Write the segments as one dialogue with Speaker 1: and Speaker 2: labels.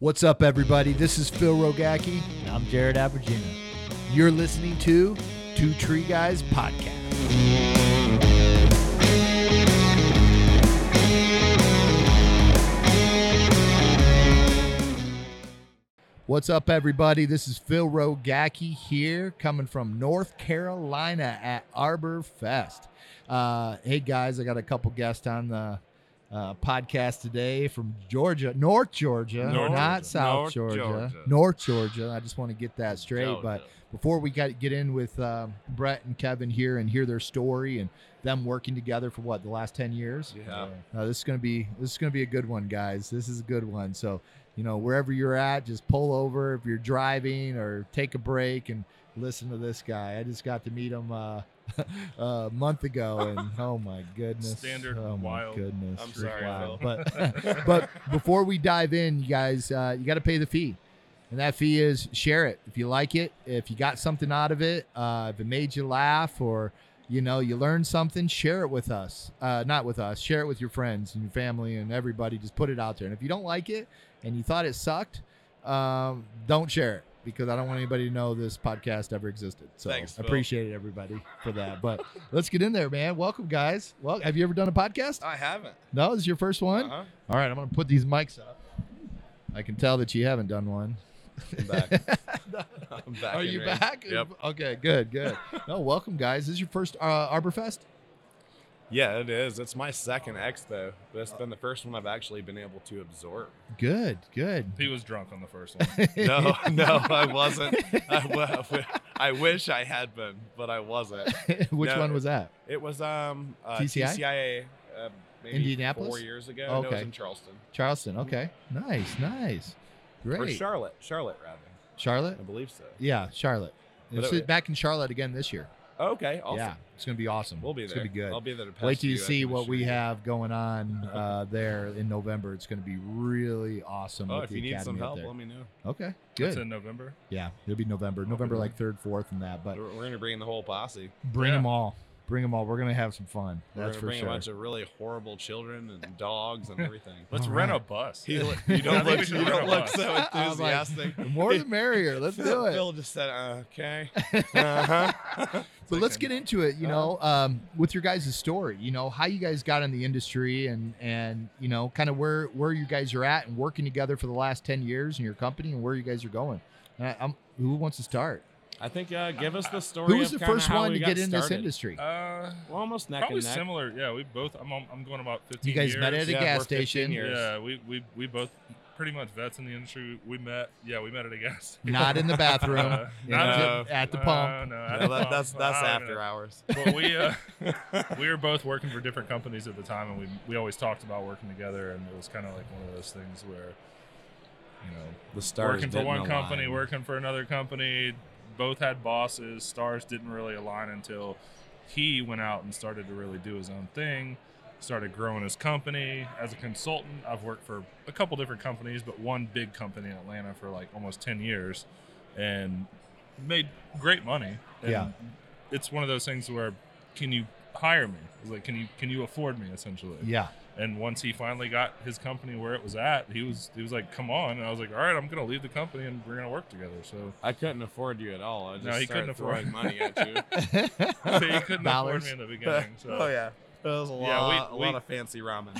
Speaker 1: What's up, everybody? This is Phil Rogacki.
Speaker 2: And I'm Jared Abergina.
Speaker 1: You're listening to Two Tree Guys Podcast. What's up, everybody? This is Phil Rogacki here, coming from North Carolina at Arbor Fest. Uh, hey, guys, I got a couple guests on the uh, podcast today from Georgia, North Georgia,
Speaker 3: North
Speaker 1: not
Speaker 3: Georgia.
Speaker 1: South
Speaker 3: North
Speaker 1: Georgia,
Speaker 3: Georgia.
Speaker 1: North Georgia. I just want to get that straight. But
Speaker 3: Georgia.
Speaker 1: before we got, get in with um, Brett and Kevin here and hear their story and them working together for what the last ten years,
Speaker 3: Yeah.
Speaker 1: uh, this is gonna be this is gonna be a good one, guys. This is a good one. So you know wherever you're at, just pull over if you're driving or take a break and listen to this guy. I just got to meet him uh, a month ago, and oh my goodness,
Speaker 3: Standard
Speaker 1: oh my
Speaker 3: wild.
Speaker 1: goodness,
Speaker 3: I'm sorry,
Speaker 1: wild.
Speaker 3: Phil.
Speaker 1: but but before we dive in, you guys, uh, you got to pay the fee. And that fee is share it if you like it, if you got something out of it, uh, if it made you laugh or you know you learned something, share it with us. Uh, not with us, share it with your friends and your family and everybody. Just put it out there. And if you don't like it and you thought it sucked, um, don't share it because I don't want anybody to know this podcast ever existed. So
Speaker 3: Thanks,
Speaker 1: I
Speaker 3: Phil.
Speaker 1: appreciate it, everybody, for that. But let's get in there, man. Welcome, guys. Well, have you ever done a podcast?
Speaker 3: I haven't.
Speaker 1: No, this is your first one.
Speaker 3: Uh-huh.
Speaker 1: All right, I'm gonna put these mics up. I can tell that you haven't done one.
Speaker 3: I'm back. I'm back
Speaker 1: Are
Speaker 3: in
Speaker 1: you
Speaker 3: range.
Speaker 1: back?
Speaker 3: Yep.
Speaker 1: Okay, good, good. no, welcome, guys. This is your first uh, Arborfest.
Speaker 4: Yeah, it is. It's my second expo. That's been the first one I've actually been able to absorb.
Speaker 1: Good, good.
Speaker 5: He was drunk on the first one.
Speaker 4: No, no, I wasn't. I, w- w- I wish I had been, but I wasn't.
Speaker 1: Which
Speaker 4: No.
Speaker 1: one was that?
Speaker 4: It was um uh,
Speaker 1: TCI?
Speaker 4: TCIA uh, maybe
Speaker 1: Indianapolis?
Speaker 4: four years ago. No, it
Speaker 1: Okay.
Speaker 4: was in Charleston
Speaker 1: Charleston. Okay, nice, nice,
Speaker 4: or
Speaker 1: great.
Speaker 4: Charlotte, Charlotte rather.
Speaker 1: Charlotte.
Speaker 4: I believe so.
Speaker 1: Yeah, Charlotte.
Speaker 4: But
Speaker 1: It's
Speaker 4: it-
Speaker 1: back in Charlotte again this year.
Speaker 4: Okay, awesome.
Speaker 1: Yeah, it's gonna be awesome.
Speaker 4: We'll be
Speaker 1: It's
Speaker 4: there.
Speaker 1: gonna be good.
Speaker 4: I'll be there. To pass
Speaker 1: Wait till you
Speaker 4: I can
Speaker 1: see what
Speaker 4: assure
Speaker 1: we
Speaker 4: you.
Speaker 1: have going on uh, there in November. It's gonna be really awesome.
Speaker 4: Oh,
Speaker 1: with
Speaker 4: if
Speaker 1: the
Speaker 4: you need
Speaker 1: Academy
Speaker 4: some
Speaker 1: up
Speaker 4: help,
Speaker 1: there.
Speaker 4: let me know.
Speaker 1: Okay,
Speaker 5: That's
Speaker 1: good.
Speaker 5: in November.
Speaker 1: Yeah, it'll be November, November like third, fourth, and that. But
Speaker 4: We're, we're gonna bring the whole posse.
Speaker 1: bring
Speaker 5: Yeah.
Speaker 1: them all. Bring them all. We're gonna have some fun.
Speaker 4: We're
Speaker 1: That's
Speaker 4: gonna
Speaker 1: for
Speaker 4: bring
Speaker 1: sure.
Speaker 4: a bunch of really horrible children and dogs and everything.
Speaker 5: Let's
Speaker 1: All
Speaker 5: rent
Speaker 1: right.
Speaker 5: a bus.
Speaker 4: He,
Speaker 5: All
Speaker 4: you
Speaker 5: I
Speaker 4: don't
Speaker 5: think we
Speaker 4: look,
Speaker 5: should
Speaker 4: you
Speaker 5: run
Speaker 4: don't
Speaker 5: a
Speaker 4: look
Speaker 5: bus.
Speaker 4: so
Speaker 1: I was like,
Speaker 4: enthusiastic.
Speaker 1: the more the merrier. Let's do it.
Speaker 4: Phil just said, uh, okay. Uh-huh.
Speaker 1: But
Speaker 5: like
Speaker 1: let's
Speaker 5: I'm-
Speaker 1: get into it. You know, um, with your guys' story. You know how you guys got in the industry and and you know kind of where where you guys are at and working together for the last ten years in your company and where you guys are going. And I, I'm, who wants to start?
Speaker 4: I think uh, give us the story.
Speaker 1: Who was
Speaker 4: of
Speaker 1: the
Speaker 4: kinda
Speaker 1: first
Speaker 4: how
Speaker 1: one
Speaker 4: we
Speaker 1: to
Speaker 4: got
Speaker 1: get in this
Speaker 4: started.
Speaker 1: industry?
Speaker 5: Uh,
Speaker 4: We're almost neck
Speaker 5: probably
Speaker 4: and neck.
Speaker 5: similar. Yeah, we both. I'm, on- I'm going about 15.
Speaker 1: You guys
Speaker 5: years.
Speaker 1: met at a
Speaker 4: Yeah,
Speaker 1: gas
Speaker 4: we're 15
Speaker 1: station,
Speaker 4: years.
Speaker 5: Yeah, we, we we both pretty much vets in the industry. We met. Yeah, we met at a gas. station.
Speaker 1: not in the bathroom,
Speaker 5: Uh, not
Speaker 1: at,
Speaker 4: no.
Speaker 1: the, at the
Speaker 5: Uh,
Speaker 1: pump.
Speaker 5: no, at
Speaker 4: No,
Speaker 5: the
Speaker 4: that-
Speaker 5: pump.
Speaker 4: that's that's
Speaker 5: I
Speaker 4: after
Speaker 5: don't know.
Speaker 4: hours.
Speaker 5: But we uh, we were both working for different companies at the time, and we we always talked about working together, and it was kind of like one of those things where, you know,
Speaker 4: The stars
Speaker 5: working for
Speaker 4: didn't
Speaker 5: one company,
Speaker 4: align.
Speaker 5: working for another company. Both had bosses. Stars didn't really align until he went out and started to really do his own thing, started growing his company. As a consultant, I've worked for a couple different companies, but one big company in Atlanta for like almost 10 years and made great money. And
Speaker 1: Yeah.
Speaker 5: It's one of those things where can you hire me? It's like can you can you afford me essentially?
Speaker 1: Yeah,
Speaker 5: And once he finally got his company where it was at, he was he was like, "Come on!" And I was like, "All right, I'm gonna leave the company and we're gonna work together." So,
Speaker 4: I couldn't afford you at all. I just
Speaker 5: No, he
Speaker 4: started
Speaker 5: couldn't
Speaker 4: throwing
Speaker 5: afford-
Speaker 4: money at you.
Speaker 5: so he couldn't afford
Speaker 1: Dollars.
Speaker 5: me in the beginning. So
Speaker 4: oh yeah, that was a lot.
Speaker 5: Yeah, we-
Speaker 4: a
Speaker 5: we-
Speaker 4: lot of fancy ramen.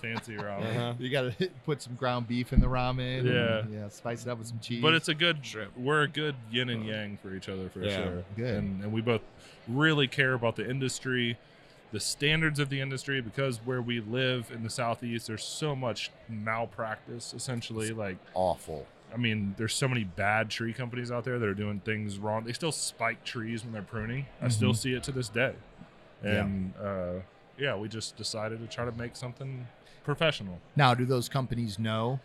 Speaker 5: fancy ramen.
Speaker 4: Uh-huh.
Speaker 1: you got to put some ground beef in the ramen. and,
Speaker 5: Yeah.
Speaker 1: yeah, spice it up with some cheese.
Speaker 5: But it's a good
Speaker 4: Shrimp.
Speaker 5: we're a good yin and yang for each other for
Speaker 4: Yeah.
Speaker 5: sure.
Speaker 1: Good.
Speaker 5: And and we both really care about the industry, the standards of the industry because where we live in the southeast, there's so much malpractice essentially like
Speaker 1: awful.
Speaker 5: I mean, there's so many bad tree companies out there that are doing things wrong. They still spike trees when they're pruning. I still see it to this day. And yeah. uh yeah, we just decided to try to make something professional.
Speaker 1: Now, do those companies know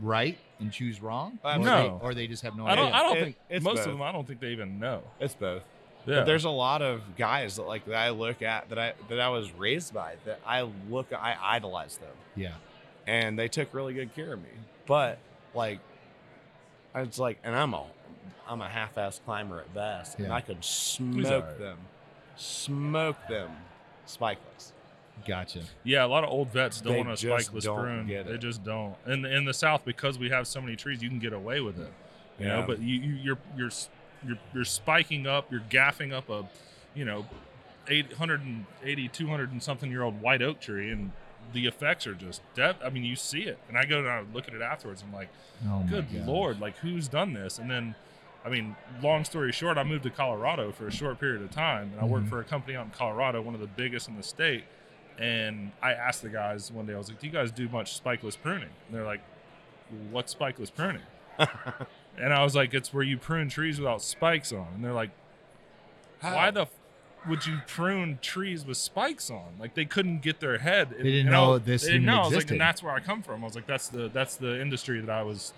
Speaker 1: right and choose wrong?
Speaker 4: Uh,
Speaker 1: or
Speaker 5: no.
Speaker 1: They, or they just have no
Speaker 5: I don't
Speaker 1: idea.
Speaker 5: I don't
Speaker 4: It-
Speaker 5: think
Speaker 4: it's
Speaker 5: most
Speaker 4: both.
Speaker 5: of them I don't think they even know.
Speaker 4: It's both.
Speaker 5: Yeah.
Speaker 4: But there's a lot of guys that like that I look at that I that I was raised by that I look I idolize them
Speaker 1: yeah.
Speaker 4: and they took really good care of me. But like it's like and I'm a I'm a half ass climber at best and
Speaker 1: Yeah.
Speaker 4: I could
Speaker 5: all
Speaker 4: smoke
Speaker 5: right.
Speaker 4: them. Smoke them spikeless.
Speaker 1: Gotcha.
Speaker 5: Yeah, a lot of old vets don't
Speaker 6: They
Speaker 5: want to
Speaker 6: just
Speaker 5: spike
Speaker 6: don't
Speaker 5: prune.
Speaker 6: get
Speaker 5: They
Speaker 6: it.
Speaker 5: just don't. And in the South, because we have so many trees, you can get away with it. You know,
Speaker 6: Yeah.
Speaker 5: but you, you you're you're s- you're you're spiking up, you're gaffing up a, you know, 880, 200 and something year old white oak tree, and the effects are just dev- I mean, you see it, and I go and I look at it afterwards. I'm like,
Speaker 1: Oh my
Speaker 5: good
Speaker 1: gosh.
Speaker 5: lord, like who's done this? And then. I mean, long story short, I moved to Colorado for a short period of time, and I worked
Speaker 1: Mhm.
Speaker 5: for a company out in Colorado, one of the biggest in the state. And I asked the guys one day, I was like, "Do you guys do much spikeless pruning?" And they're like, "What's spikeless pruning?" and I was like, "It's where you prune trees without spikes on." And they're like, "Why the f- would you prune trees with spikes on?" Like they couldn't get their head. And-
Speaker 1: didn't
Speaker 5: and I
Speaker 1: know
Speaker 5: was-
Speaker 1: this
Speaker 5: They didn't
Speaker 1: even
Speaker 5: know. I was like,
Speaker 1: existed.
Speaker 5: and that's where I come from. I was like, "That's the that's the industry that I was."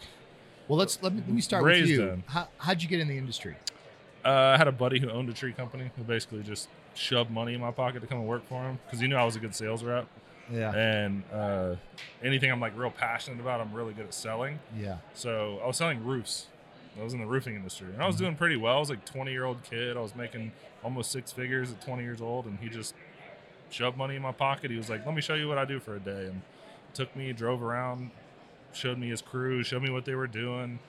Speaker 1: Well, let's let me, let me start with
Speaker 5: Raised
Speaker 1: you.
Speaker 5: them.
Speaker 1: How, how'd you get in the industry?
Speaker 5: Uh, I had a buddy who owned a tree company who basically just shoved money in my pocket to come and work for him because he knew I was a good sales rep.
Speaker 1: Yeah,
Speaker 5: And uh, anything I'm like real passionate about, I'm really good at selling.
Speaker 1: yeah.
Speaker 5: So I was selling roofs. I was in the roofing industry, and I
Speaker 1: Mm-hmm.
Speaker 5: was doing pretty well. I was like 20 year old kid. I was making almost six figures at 20 years old, and he just shoved money in my pocket. He was like, "Let me show you what I do for a day," and took me, drove around, showed me his crew, showed me what they were doing.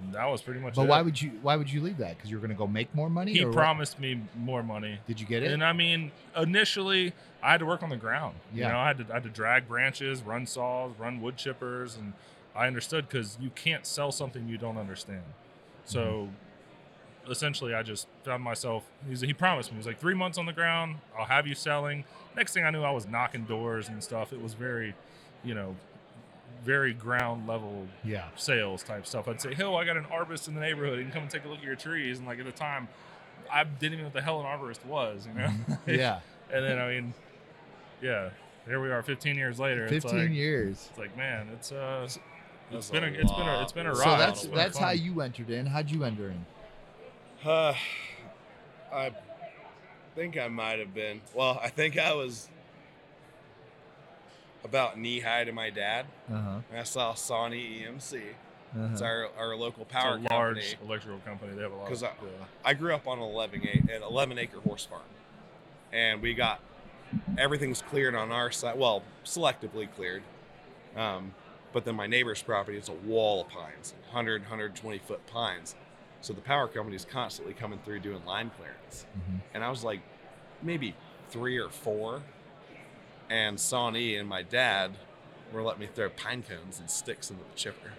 Speaker 5: And that was pretty much.
Speaker 1: But
Speaker 5: it.
Speaker 1: why would you why would you leave that? Because you were going to go make more money.
Speaker 5: he
Speaker 1: or what?
Speaker 5: promised me more money?
Speaker 1: Did you get it?
Speaker 5: And I mean, initially, I had to work on the ground.
Speaker 1: Yeah.
Speaker 5: You know, I had to I had to drag branches, run saws, run wood chippers, and I understood because you can't sell something you don't understand. So,
Speaker 1: Mm-hmm.
Speaker 5: essentially, I just found myself. He's, he promised me, he was like, three months on the ground, I'll have you selling. Next thing I knew, I was knocking doors and stuff. It was very, you know, very ground level
Speaker 1: yeah.
Speaker 5: sales type stuff. I'd say, "Hill, I got an arborist in the neighborhood. You can come and take a look at your trees." And like at the time, I didn't even know what the hell an arborist was, you know.
Speaker 1: Yeah.
Speaker 5: and then I mean, yeah, here we are, 15 years later. it's
Speaker 1: Fifteen
Speaker 5: like,
Speaker 1: years.
Speaker 5: It's like, man, it's uh,
Speaker 4: That's
Speaker 5: it's been a,
Speaker 4: a
Speaker 5: it's been a,
Speaker 4: lot.
Speaker 5: it's been a
Speaker 4: So
Speaker 5: ride.
Speaker 1: So that's
Speaker 5: It's been
Speaker 1: that's how
Speaker 5: fun.
Speaker 1: you entered in. How'd you enter in?
Speaker 4: Uh, I think I might have been. Well, I think I was about knee high to my dad.
Speaker 1: Uh
Speaker 4: And I saw E Sony EMC.
Speaker 1: huh.
Speaker 4: It's our, our local
Speaker 5: Uh-huh. It's
Speaker 4: power
Speaker 5: a large
Speaker 4: company.
Speaker 5: electrical company. They have a lot.
Speaker 4: 'Cause I-
Speaker 5: yeah.
Speaker 4: I grew up on 11 a- an 11 acre horse farm, and we got everything's cleared on our side. Well, selectively cleared, um, but then my neighbor's property is a wall of pines, 100 120 foot pines. So the power company is constantly coming through doing line clearance,
Speaker 1: Mhm.
Speaker 4: and I was like, maybe three or four, and Sonny and my dad were letting me throw pine cones and sticks into the chipper,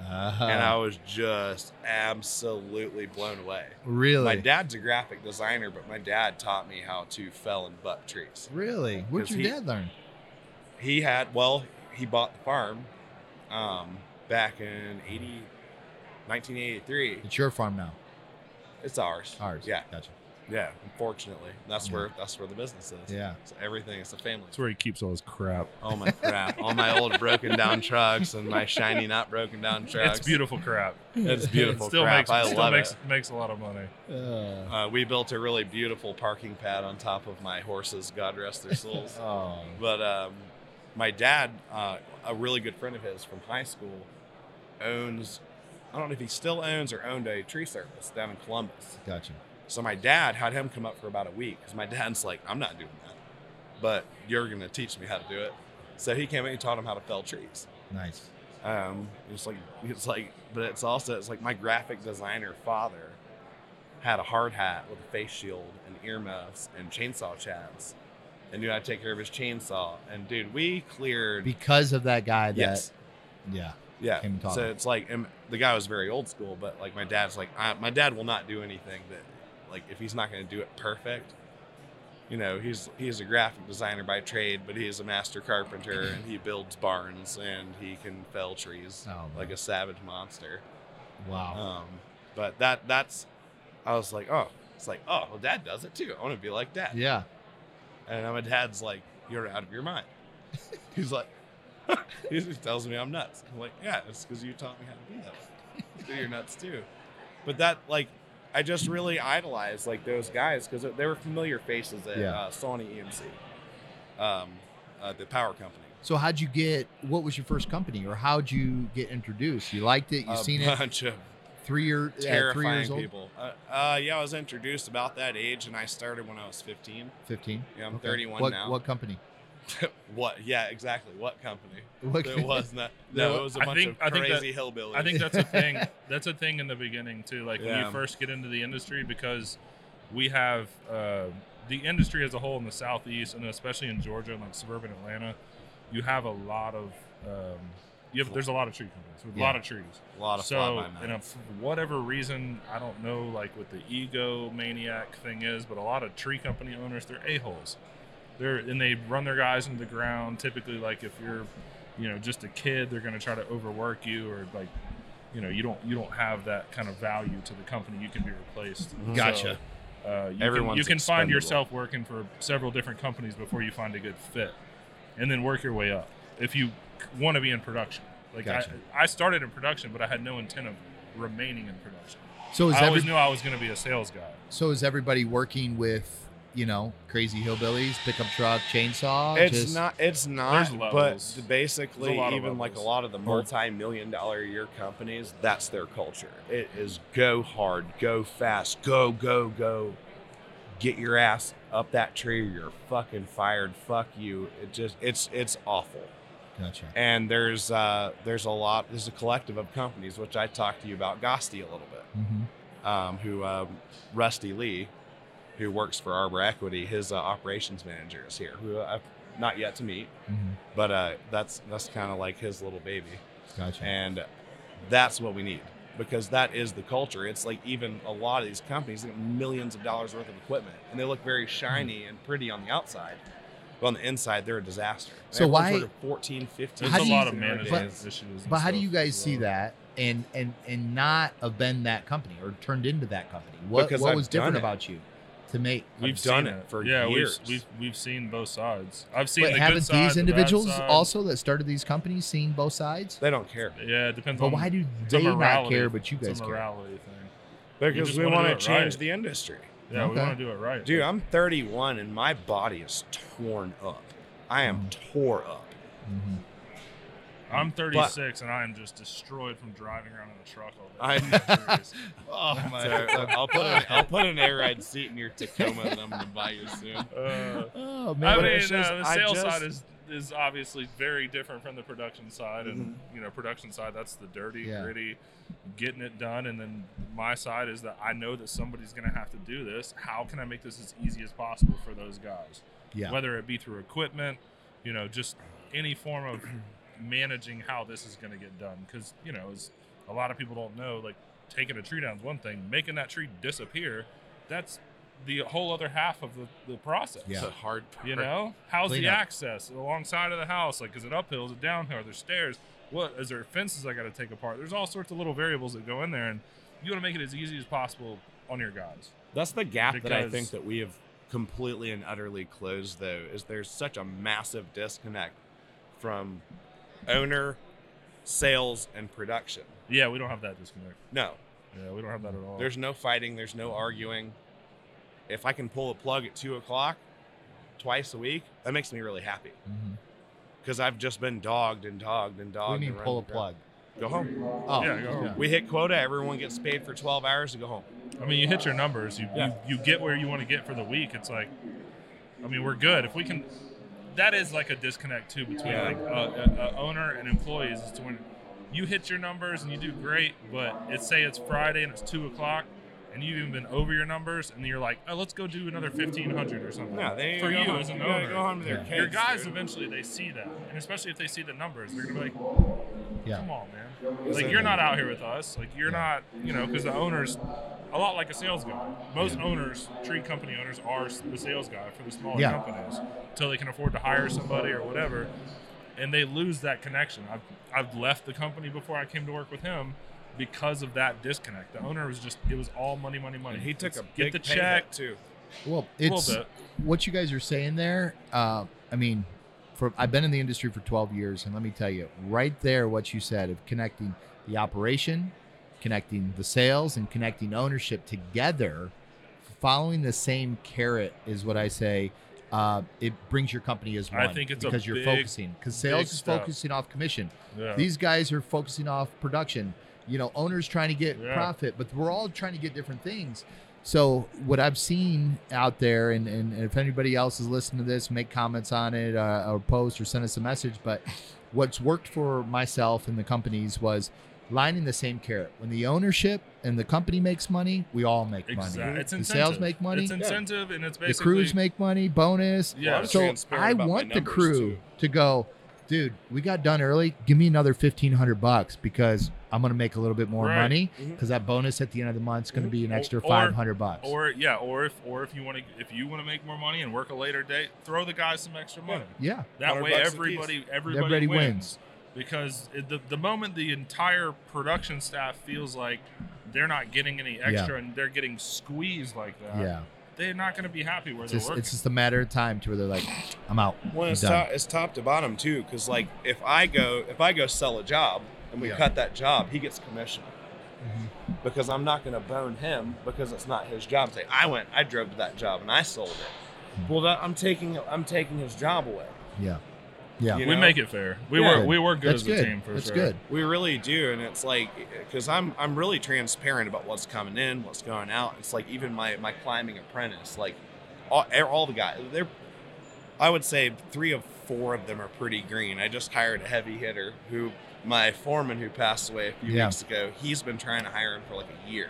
Speaker 1: Uh-huh.
Speaker 4: and
Speaker 1: Uh,
Speaker 4: I was just absolutely blown away.
Speaker 1: really?
Speaker 4: My dad's a graphic designer, but my dad taught me how to fell and buck trees.
Speaker 1: Really? Where'd
Speaker 4: 'Cause
Speaker 1: your
Speaker 4: he-
Speaker 1: dad learn?
Speaker 4: He had, well, he bought the farm um, back in 80, 1983.
Speaker 1: It's your farm now.
Speaker 4: It's ours.
Speaker 1: Ours.
Speaker 4: Yeah.
Speaker 1: Gotcha.
Speaker 4: Yeah. Unfortunately, that's
Speaker 1: Yeah.
Speaker 4: where that's where the business is.
Speaker 1: Yeah.
Speaker 4: So everything is a family.
Speaker 5: That's where he keeps all his crap.
Speaker 4: All my crap, all my old broken down trucks and my shiny not broken down trucks.
Speaker 5: It's beautiful crap.
Speaker 4: It's beautiful
Speaker 5: It still
Speaker 4: crap.
Speaker 5: makes
Speaker 4: I
Speaker 5: still
Speaker 4: love
Speaker 5: makes
Speaker 4: it.
Speaker 5: makes a lot of money.
Speaker 1: Uh,
Speaker 4: Uh, we built a really beautiful parking pad on top of my horses. God rest their souls.
Speaker 1: oh.
Speaker 4: But um, my dad, uh, a really good friend of his from high school, owns, I don't know if he still owns or owned a tree service down in Columbus.
Speaker 1: Gotcha.
Speaker 4: So my dad had him come up for about a week because my dad's like, I'm not doing that, but you're going to teach me how to do it. So he came in and taught him how to fell trees.
Speaker 1: Nice.
Speaker 4: Um, it's like, it's like, but it's also, it's like my graphic designer father had a hard hat with a face shield and earmuffs and chainsaw chaps and knew how to take care of his chainsaw. And dude, we cleared.
Speaker 1: Because of that guy. That,
Speaker 4: yes.
Speaker 1: Yeah.
Speaker 4: Yeah.
Speaker 1: Came and taught
Speaker 4: so
Speaker 1: him.
Speaker 4: it's like and the guy was very old school, but like my dad's like I, my dad will not do anything that like if he's not going to do it perfect. You know, he's he's a graphic designer by trade, but he is a master carpenter and he builds barns and he can fell trees
Speaker 1: Oh. man.
Speaker 4: like a savage monster.
Speaker 1: wow.
Speaker 4: Um, but that that's I was like, oh, it's like oh, well, dad does it too. I want to be like dad.
Speaker 1: yeah.
Speaker 4: And my dad's like, You're out of your mind. He's like, He just tells me I'm nuts. I'm like, Yeah, it's because you taught me how to do that. So You're nuts too. But that, like, I just really idolized like those guys because they were familiar faces at
Speaker 1: Yeah.
Speaker 4: uh, Sony EMC, um, uh, the power company.
Speaker 1: So how'd you get? What was your first company, or how'd you get introduced? You liked it. You
Speaker 4: a
Speaker 1: seen it.
Speaker 4: bunch of
Speaker 1: three year at three years
Speaker 7: terrifying
Speaker 1: old,
Speaker 7: people. Uh, uh, yeah, I was introduced about that age, and I started when I was 15.
Speaker 1: fifteen.
Speaker 7: Yeah, I'm
Speaker 1: Okay.
Speaker 7: 31
Speaker 1: what,
Speaker 7: now.
Speaker 1: What company?
Speaker 7: what? Yeah, exactly. What company?
Speaker 1: What
Speaker 7: It was not.
Speaker 1: No,
Speaker 7: No, it was a
Speaker 5: I
Speaker 7: bunch
Speaker 5: think- I
Speaker 7: of
Speaker 5: think that-
Speaker 7: crazy hillbillies.
Speaker 5: I think that's a thing. that's a thing in the beginning too. Like when
Speaker 7: Yeah.
Speaker 5: you first get into the industry, because we have uh, the industry as a whole in the southeast, and especially in Georgia and like suburban Atlanta, you have a lot of um, you have, there's a lot of tree companies with a lot of trees.
Speaker 7: a lot of
Speaker 5: so,
Speaker 7: fly by
Speaker 5: and
Speaker 7: night.
Speaker 5: uh, for whatever reason, I don't know, like what the ego maniac thing is, but a lot of tree company owners, they're a holes. They're and they run their guys into the ground. Typically, like if you're, you know, just a kid, they're going to try to overwork you, or like, you know, you don't you don't have that kind of value to the company. You can be replaced.
Speaker 7: Gotcha.
Speaker 5: So, uh, you can,
Speaker 7: Everyone's
Speaker 5: you can find
Speaker 7: expendable.
Speaker 5: yourself working for several different companies before you find a good fit, and then work your way up if you want to be in production. Like
Speaker 1: Gotcha.
Speaker 5: I, I started in production, but I had no intent of remaining in production.
Speaker 1: So is
Speaker 5: I always
Speaker 1: every,
Speaker 5: knew I was going to be a sales guy.
Speaker 1: so is everybody working with you know crazy hillbillies, pickup truck, chainsaw?
Speaker 4: It's
Speaker 1: just-
Speaker 4: not. It's
Speaker 5: There's
Speaker 4: not.
Speaker 5: levels.
Speaker 4: But basically,
Speaker 5: There's a lot of
Speaker 4: even like a
Speaker 5: levels.
Speaker 4: lot of
Speaker 7: Oh.
Speaker 4: the multi-million dollar a year companies, that's their culture. It is go hard, go fast, go go go. Get your ass up that tree. Or you're fucking fired. Fuck you. It just. It's. It's awful.
Speaker 1: Gotcha.
Speaker 4: And there's. Uh. There's a lot. There's a collective of companies which I talked to you about Gosti a little bit.
Speaker 1: Mm-hmm.
Speaker 4: um, who um, Rusty Lee, who works for Arbor Equity, his uh, operations manager is here, who I've not yet to meet,
Speaker 1: Mm-hmm.
Speaker 4: but uh, that's that's kind of like his little baby,
Speaker 1: Gotcha.
Speaker 4: and that's what we need because that is the culture. It's like even a lot of these companies they have millions of dollars worth of equipment, and they look very shiny
Speaker 1: Hmm.
Speaker 4: and pretty on the outside. But on the inside, they're a disaster.
Speaker 1: So
Speaker 4: Everyone's
Speaker 1: why-
Speaker 4: working 14, 15
Speaker 5: There's
Speaker 1: How
Speaker 5: a
Speaker 1: do you-
Speaker 5: lot of
Speaker 4: hours a
Speaker 5: management
Speaker 4: day.
Speaker 5: issues. and
Speaker 1: But how do
Speaker 5: stuff
Speaker 1: you guys
Speaker 5: as
Speaker 1: see
Speaker 5: well.
Speaker 1: that and and and not have been that company or turned into that company? What
Speaker 4: Because
Speaker 1: what
Speaker 4: I've
Speaker 1: was different
Speaker 4: done it.
Speaker 1: about you to make?
Speaker 5: We've
Speaker 4: I've done
Speaker 5: seen
Speaker 4: it for
Speaker 5: yeah, we've-
Speaker 4: years.
Speaker 5: We've, we've seen both sides. I've seen
Speaker 1: But
Speaker 5: the good
Speaker 1: haven't
Speaker 5: side,
Speaker 1: these
Speaker 5: the bad
Speaker 1: individuals
Speaker 5: side.
Speaker 1: also that started these companies seen both sides?
Speaker 4: They don't care
Speaker 5: Yeah, it depends
Speaker 1: But
Speaker 5: on
Speaker 1: why do
Speaker 5: it's a
Speaker 1: they not
Speaker 5: morality-
Speaker 1: care, but you
Speaker 5: it's
Speaker 1: guys
Speaker 5: a
Speaker 1: care?
Speaker 5: morality thing.
Speaker 4: because
Speaker 5: just
Speaker 4: we
Speaker 5: wanna do
Speaker 4: want to
Speaker 5: it
Speaker 4: change
Speaker 5: right.
Speaker 4: the industry.
Speaker 5: Yeah, we
Speaker 1: Okay.
Speaker 5: want to do it right.
Speaker 4: Dude, I'm 31 and my body is torn up. I am
Speaker 7: Mm.
Speaker 4: tore up.
Speaker 1: Mhm.
Speaker 5: I'm 36 and I am just destroyed from driving around in a truck all day.
Speaker 1: I'm-
Speaker 7: Oh my! I'll put an, I'll put an air ride seat in your Tacoma that I'm gonna buy you soon.
Speaker 5: uh,
Speaker 1: Oh man,
Speaker 5: I mean,
Speaker 4: But
Speaker 5: uh,
Speaker 4: it's just-
Speaker 5: the
Speaker 4: I
Speaker 5: sales
Speaker 4: just-
Speaker 5: side is is obviously very different from the production side, and you know, production side that's the dirty,
Speaker 1: Mm-hmm. Yeah.
Speaker 5: gritty, getting it done, and then my side is that I know that somebody's going to have to do this. How can I make this as easy as possible for those guys?
Speaker 1: Yeah.
Speaker 5: Whether it be through equipment, you know, just any form of managing how this is going to get done, because you know, as a lot of people don't know, like taking a tree down is one thing, making that tree disappear, that's the whole other half of the, the process.
Speaker 1: Yeah.
Speaker 7: It's a hard part.
Speaker 5: You know, how's the
Speaker 1: Clean up.
Speaker 5: access alongside of the house? Like, is it uphill? Is it downhill? Are there stairs? What is there fences I got to take apart? There's all sorts of little variables that go in there, and you want to make it as easy as possible on your guys.
Speaker 4: That's the gap that I
Speaker 5: Because-
Speaker 4: think that we have completely and utterly closed though is there's such a massive disconnect from
Speaker 7: owner.
Speaker 4: sales and production.
Speaker 5: Yeah, we don't have that disconnect.
Speaker 4: No,
Speaker 5: Yeah, we don't have that at all.
Speaker 4: there's no fighting, there's no arguing. If I can pull a plug at 2 o'clock twice a week, that makes me really happy
Speaker 1: Mhm.
Speaker 4: because I've just been dogged and dogged and
Speaker 1: Mm-hmm. we
Speaker 4: dogged.
Speaker 1: need
Speaker 4: and
Speaker 1: to
Speaker 4: run
Speaker 1: pull a
Speaker 4: the
Speaker 1: plug.
Speaker 4: ground. Go home.
Speaker 1: Oh,
Speaker 5: Yeah, go home.
Speaker 4: We hit quota, everyone gets paid for 12 hours to go home.
Speaker 5: I mean, you hit your numbers. You,
Speaker 4: Yeah.
Speaker 5: you you get where you want to get for the week. It's like, I mean, we're good if we can. That is like a disconnect too between
Speaker 4: Yeah.
Speaker 5: like a, a, a owner and employees. Is to when you hit your numbers and you do great, but it's say it's Friday and it's two o'clock, and you've even been over your numbers, and you're like, oh, let's go do another fifteen hundred or something.
Speaker 4: Yeah, they
Speaker 5: for
Speaker 4: go
Speaker 5: you
Speaker 4: home-
Speaker 5: as an
Speaker 4: they gotta
Speaker 5: owner.
Speaker 4: go home to their kids,
Speaker 5: your guys
Speaker 4: dude.
Speaker 5: eventually they see that, and especially if they see the numbers, they're gonna be like,
Speaker 1: Yeah.
Speaker 5: come on, man. Like you're not out here with us. Like you're not, you know, because the owners, a lot like a sales guy. Most owners, tree company owners, are s- the sales guy for the smaller
Speaker 1: Yeah.
Speaker 5: companies until they can afford to hire somebody or whatever, and they lose that connection. I've I've left the company before I came to work with him because of that disconnect. The owner was just it was all money, money, money.
Speaker 4: And he took
Speaker 5: It's
Speaker 4: a
Speaker 5: get
Speaker 4: big
Speaker 5: the
Speaker 4: pay
Speaker 5: check.
Speaker 4: cut, too.
Speaker 1: Well,
Speaker 5: a little
Speaker 1: it's
Speaker 5: bit.
Speaker 1: what you guys are saying there. Uh, I mean, for I've been in the industry for 12 years, and let me tell you, right there, what you said of connecting the operation, connecting the sales, and connecting ownership together, following the same carrot is what I say. Uh, it brings your company as one.
Speaker 5: I think it's a
Speaker 1: because you're
Speaker 5: big,
Speaker 1: focusing because sales
Speaker 5: big
Speaker 1: is
Speaker 5: step.
Speaker 1: focusing off commission.
Speaker 5: Yeah.
Speaker 1: These guys are focusing off production. you know owners trying to get
Speaker 5: Yeah.
Speaker 1: profit but we're all trying to get different things so what i've seen out there and, and, and if anybody else is listening to this make comments on it uh, or post or send us a message but what's worked for myself and the companies was lining the same carrot when the ownership and the company makes money we all make money
Speaker 5: Exactly. It's
Speaker 1: The sales
Speaker 5: incentive.
Speaker 1: make money?
Speaker 5: It's
Speaker 1: Yeah.
Speaker 5: incentive, and it's
Speaker 1: the
Speaker 5: basically
Speaker 1: crews make money bonus
Speaker 5: Yeah.
Speaker 4: I'm
Speaker 1: so
Speaker 4: transparent
Speaker 1: I
Speaker 4: about my
Speaker 1: want the
Speaker 4: numbers,
Speaker 1: crew
Speaker 4: too.
Speaker 1: to go, dude. We got done early. Give me another fifteen hundred bucks because I'm gonna make a little bit more
Speaker 5: Right.
Speaker 1: money
Speaker 4: Mhm.
Speaker 1: because that bonus at the end of the month's
Speaker 4: Mm-hmm.
Speaker 1: gonna be an
Speaker 5: Or-
Speaker 1: extra
Speaker 5: or-
Speaker 1: five hundred bucks.
Speaker 5: Or yeah, or if or if you want to if you want to make more money and work a later date, throw the guys some extra money.
Speaker 1: yeah,
Speaker 5: That
Speaker 4: 100
Speaker 5: way,
Speaker 4: bucks a
Speaker 5: everybody everybody,
Speaker 1: everybody
Speaker 5: wins.
Speaker 1: wins.
Speaker 5: Because it, the the moment the entire production staff feels like they're not getting any extra and they're getting squeezed like that,
Speaker 1: yeah.
Speaker 5: they're not going to be happy where
Speaker 1: It's
Speaker 5: they're
Speaker 1: just,
Speaker 5: working.
Speaker 1: it's just a matter of time to where they're like, I'm out.
Speaker 4: Well, it's,
Speaker 1: Done.
Speaker 4: top, it's top to bottom too, because like if I go if I go sell a job and we
Speaker 1: Yeah. Mm-hmm.
Speaker 4: cut that job, he gets commission because I'm not going to bone him because it's not his job. Say I went, I drove to that job and I sold
Speaker 1: Mm-hmm.
Speaker 4: it. Well, that, I'm taking I'm taking his job away.
Speaker 1: Yeah, yeah.
Speaker 4: you
Speaker 5: we
Speaker 4: know?
Speaker 5: make it fair. We
Speaker 4: Yeah.
Speaker 5: were we were good
Speaker 1: That's
Speaker 5: as a
Speaker 1: good.
Speaker 5: team for
Speaker 1: That's
Speaker 5: sure.
Speaker 1: good.
Speaker 4: We really do, and it's like because I'm I'm really transparent about what's coming in, what's going out. It's like even my my climbing apprentice, like all, e, all the guys, they're I would say three of four of them are pretty green. I just hired a heavy hitter who my foreman who passed away a few
Speaker 1: Yeah.
Speaker 4: weeks ago. He's been trying to hire him for like a year,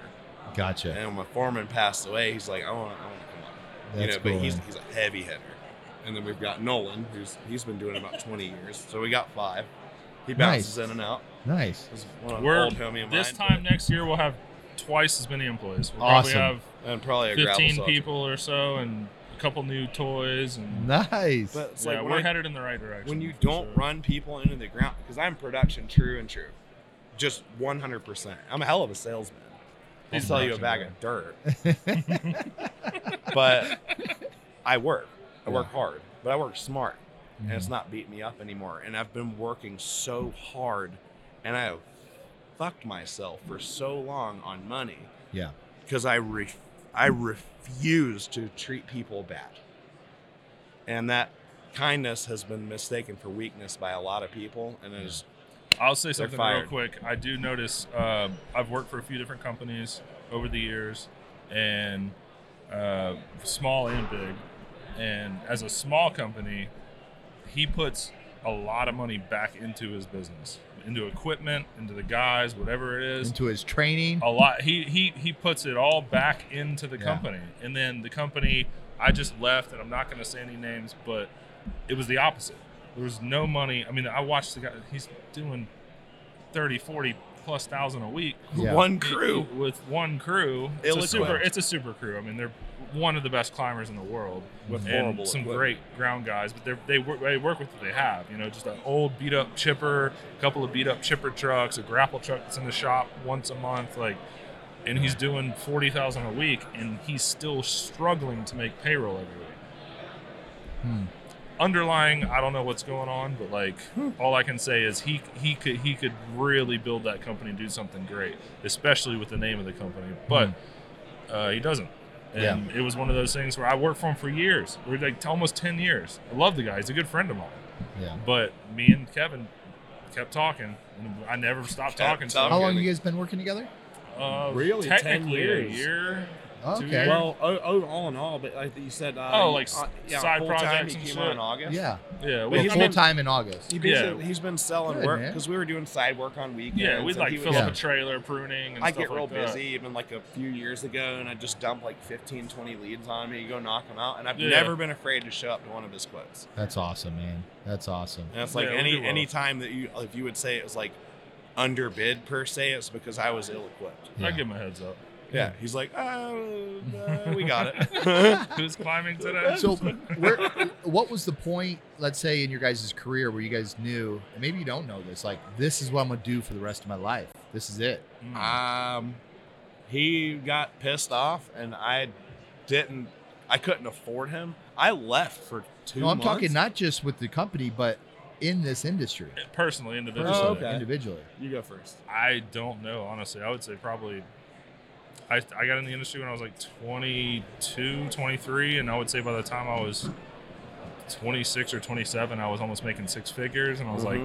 Speaker 1: Gotcha.
Speaker 4: and when my foreman passed away, he's like, I want I want to come up
Speaker 1: That's
Speaker 4: you know,
Speaker 1: cool.
Speaker 4: but he's,
Speaker 1: man.
Speaker 4: he's a heavy hitter. And then we've got Nolan, who's he's been doing about 20 years. So we got five. He bounces in and out.
Speaker 1: nice.
Speaker 4: He's one of-
Speaker 5: We're-
Speaker 4: old homie of
Speaker 5: This
Speaker 4: mine,
Speaker 5: time next year, we'll have twice as many employees. We'll
Speaker 1: Awesome.
Speaker 5: probably
Speaker 4: but- and probably a
Speaker 5: have
Speaker 4: gravel
Speaker 5: 15
Speaker 4: saw.
Speaker 5: people or so and a couple new toys and
Speaker 1: Nice.
Speaker 4: But it's
Speaker 5: yeah,
Speaker 4: like when,
Speaker 5: we're
Speaker 4: I-
Speaker 5: headed in the right direction.
Speaker 4: when you
Speaker 5: for
Speaker 4: don't
Speaker 5: sure.
Speaker 4: run people into the ground, because I'm production true and true, just 100%. I'm a hell of a salesman. I'll
Speaker 5: He's
Speaker 4: sell you a
Speaker 5: production
Speaker 4: bag
Speaker 5: guy.
Speaker 4: of dirt. but I work. I work hard, but I work smart.
Speaker 1: Mm.
Speaker 4: and
Speaker 1: Mm-hmm.
Speaker 4: it's not beating me up anymore. And I've been working so hard, and I have fucked myself for so long on money.
Speaker 1: Yeah.
Speaker 4: because I re- I refuse to treat people bad, and that kindness has been mistaken for weakness by a lot of people, and it's
Speaker 5: I'll say something real
Speaker 4: fired.
Speaker 5: quick. I do notice um, I've worked for a few different companies over the years, and uh, small and big. And as a small company, he puts a lot of money back into his business, into equipment, into the guys, whatever it is.
Speaker 1: Into his training.
Speaker 4: Oh,
Speaker 5: a lot. He he he puts it all back into the
Speaker 1: Yeah.
Speaker 5: company, and then the company. I just left, and I'm not going to say any names, but it was the opposite. There was no money. I mean, I watched the guy. He's doing 30, 40 plus thousand a week
Speaker 1: Yeah.
Speaker 4: one crew.
Speaker 5: with one crew. It's a
Speaker 4: Ill-equipped.
Speaker 5: super. It's a super crew. I mean, they're one of the best climbers in the world
Speaker 4: With
Speaker 5: and
Speaker 4: horrible
Speaker 5: some
Speaker 4: equipment.
Speaker 5: great ground guys, but they're, they work, they work with what they have. You know, just an old beat up chipper, a couple of beat up chipper trucks, a grapple truck that's in the shop once a month, like. And he's doing forty thousand a week, and he's still struggling to make payroll every week.
Speaker 1: Hmm.
Speaker 5: Underlying, I don't know what's going on, but like all I can say is he he could he could really build that company and do something great, especially with the name of the company. But uh, he doesn't. And it was one of those things where I worked for him for years, we're like t- almost 10 years. I love the guy, he's a good friend of mine.
Speaker 1: Yeah.
Speaker 5: But me and Kevin kept talking, and I never stopped
Speaker 4: Kept
Speaker 5: talking to
Speaker 1: How
Speaker 5: him.
Speaker 4: talking.
Speaker 1: long
Speaker 4: Okay.
Speaker 1: you guys been working together?
Speaker 5: Uh,
Speaker 6: Really, 10
Speaker 5: technically
Speaker 6: years.
Speaker 5: a year. Two
Speaker 1: Okay.
Speaker 5: years.
Speaker 6: Well, oh, oh, all in all, but like you said, uh,
Speaker 5: Oh, like
Speaker 6: uh, yeah,
Speaker 5: side
Speaker 6: full-time
Speaker 5: projects
Speaker 6: he
Speaker 5: and
Speaker 6: came
Speaker 5: shit.
Speaker 6: out in August.
Speaker 1: yeah.
Speaker 5: yeah,
Speaker 1: Well,
Speaker 5: we,
Speaker 4: he's
Speaker 5: I
Speaker 1: full
Speaker 5: mean,
Speaker 1: time in August.
Speaker 4: He basically-
Speaker 5: Yeah.
Speaker 4: he's been selling
Speaker 1: Good,
Speaker 4: work
Speaker 1: man.
Speaker 4: because we were doing side work on weekends.
Speaker 5: yeah, we'd
Speaker 4: and
Speaker 5: like
Speaker 4: he
Speaker 5: fill
Speaker 4: was-
Speaker 5: up a trailer, pruning, and
Speaker 4: I
Speaker 5: stuff
Speaker 4: get real
Speaker 5: like that.
Speaker 4: busy even like a few years ago, and I just dump like 15, 20 leads on me, go knock them out, and I've
Speaker 5: Yeah.
Speaker 4: never been afraid to show up to one of his quotes.
Speaker 1: That's awesome, man. That's awesome.
Speaker 4: And it's like
Speaker 5: Yeah, we
Speaker 4: any
Speaker 5: do well.
Speaker 4: any time that you if you would say it was like underbid per se, it's because I was ill equipped.
Speaker 5: I
Speaker 1: Yeah.
Speaker 5: give him a heads up.
Speaker 4: Yeah, he's like, oh, uh, we got it.
Speaker 5: Who's climbing today?
Speaker 1: so where what was the point let's say in your guys' career where you guys knew and maybe you don't know this like this is what i'm gonna do for the rest of my life this is it
Speaker 5: Mm.
Speaker 4: um, he got pissed off, and I didn't, I couldn't afford him. I left for two.
Speaker 1: no i'm
Speaker 4: months.
Speaker 1: talking not just with the company but in this industry
Speaker 5: Personally, individually.
Speaker 1: personally,
Speaker 4: okay.
Speaker 1: individually
Speaker 4: You go first.
Speaker 5: I don't know, honestly. I would say probably. I, I got in the industry when I was like 22, 23, and I would say by the time I was 26 or 27, I was almost making six figures, and I was like,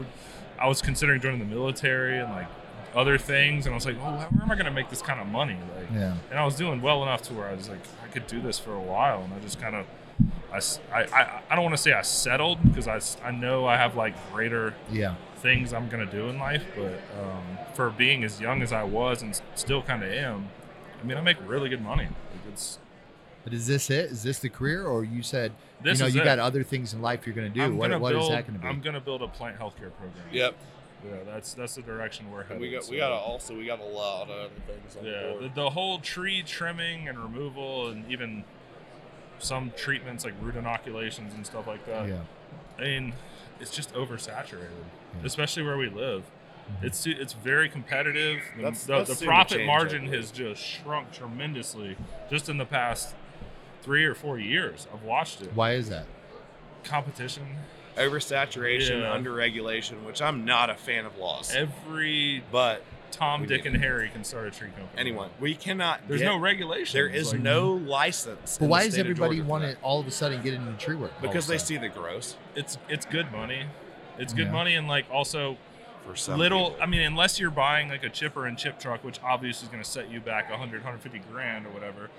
Speaker 5: I was considering joining the military and like other things, and I was like, "Oh, where am I going to make this kind of money?" Like,
Speaker 1: Yeah.
Speaker 5: and I was doing well enough to where I was like, I could do this for a while, and I just kind of, I, s- I, I- I don't want to say I settled because I, s- I know I have like greater
Speaker 1: Yeah.
Speaker 5: things I'm gonna do in life, but um, for being as young as I was and s- still kind of am, I mean, I make really good money. Like it's
Speaker 1: But is this it? Is this the career? Or you said,
Speaker 5: this
Speaker 1: you know,
Speaker 5: is
Speaker 1: you
Speaker 5: it.
Speaker 1: got other things in life you're going to do.
Speaker 5: I'm
Speaker 1: what
Speaker 5: gonna
Speaker 1: what is
Speaker 5: build-
Speaker 1: that going to be?
Speaker 5: I'm gonna build a plant healthcare program.
Speaker 4: Yep.
Speaker 5: yeah, that's that's the direction we're
Speaker 4: And
Speaker 5: headed.
Speaker 4: we got
Speaker 5: so-
Speaker 4: we got also we got a lot of other things on
Speaker 5: yeah,
Speaker 4: the
Speaker 5: the,
Speaker 4: board.
Speaker 5: the whole tree trimming and removal, and even some treatments like root inoculations and stuff like that.
Speaker 1: yeah.
Speaker 5: I mean, it's just oversaturated,
Speaker 1: Yeah.
Speaker 5: especially where we live.
Speaker 1: Mhm.
Speaker 5: It's too, it's very competitive. The,
Speaker 4: That's-
Speaker 5: the,
Speaker 4: that's
Speaker 5: the
Speaker 4: soon to
Speaker 5: profit
Speaker 4: change, I
Speaker 5: margin
Speaker 4: believe.
Speaker 5: has just shrunk tremendously just in the past three or four years. I've watched it.
Speaker 1: Why is that?
Speaker 5: Competition.
Speaker 4: Oversaturation,
Speaker 5: Yeah.
Speaker 4: underregulation, which I'm not a fan of laws.
Speaker 5: Every
Speaker 4: but
Speaker 5: Tom,
Speaker 4: We
Speaker 5: Dick,
Speaker 4: did.
Speaker 5: and Harry can start a tree company.
Speaker 4: anyone, we cannot.
Speaker 5: There's
Speaker 4: get-
Speaker 5: no regulation.
Speaker 4: There is
Speaker 5: Like,
Speaker 4: no license.
Speaker 1: But
Speaker 4: in
Speaker 1: why
Speaker 4: the
Speaker 1: does
Speaker 4: state of
Speaker 1: everybody
Speaker 4: Georgia for
Speaker 1: want
Speaker 4: that.
Speaker 1: to all of a sudden get into tree work? all of
Speaker 4: Because
Speaker 1: a
Speaker 4: they
Speaker 1: sudden?
Speaker 4: see the gross
Speaker 5: It's it's good money. It's good
Speaker 1: Yeah.
Speaker 5: money and like also
Speaker 4: for some
Speaker 5: little
Speaker 4: people.
Speaker 5: i mean unless you're buying like a chipper and chip truck which obviously is going to set you back 100 150 grand or whatever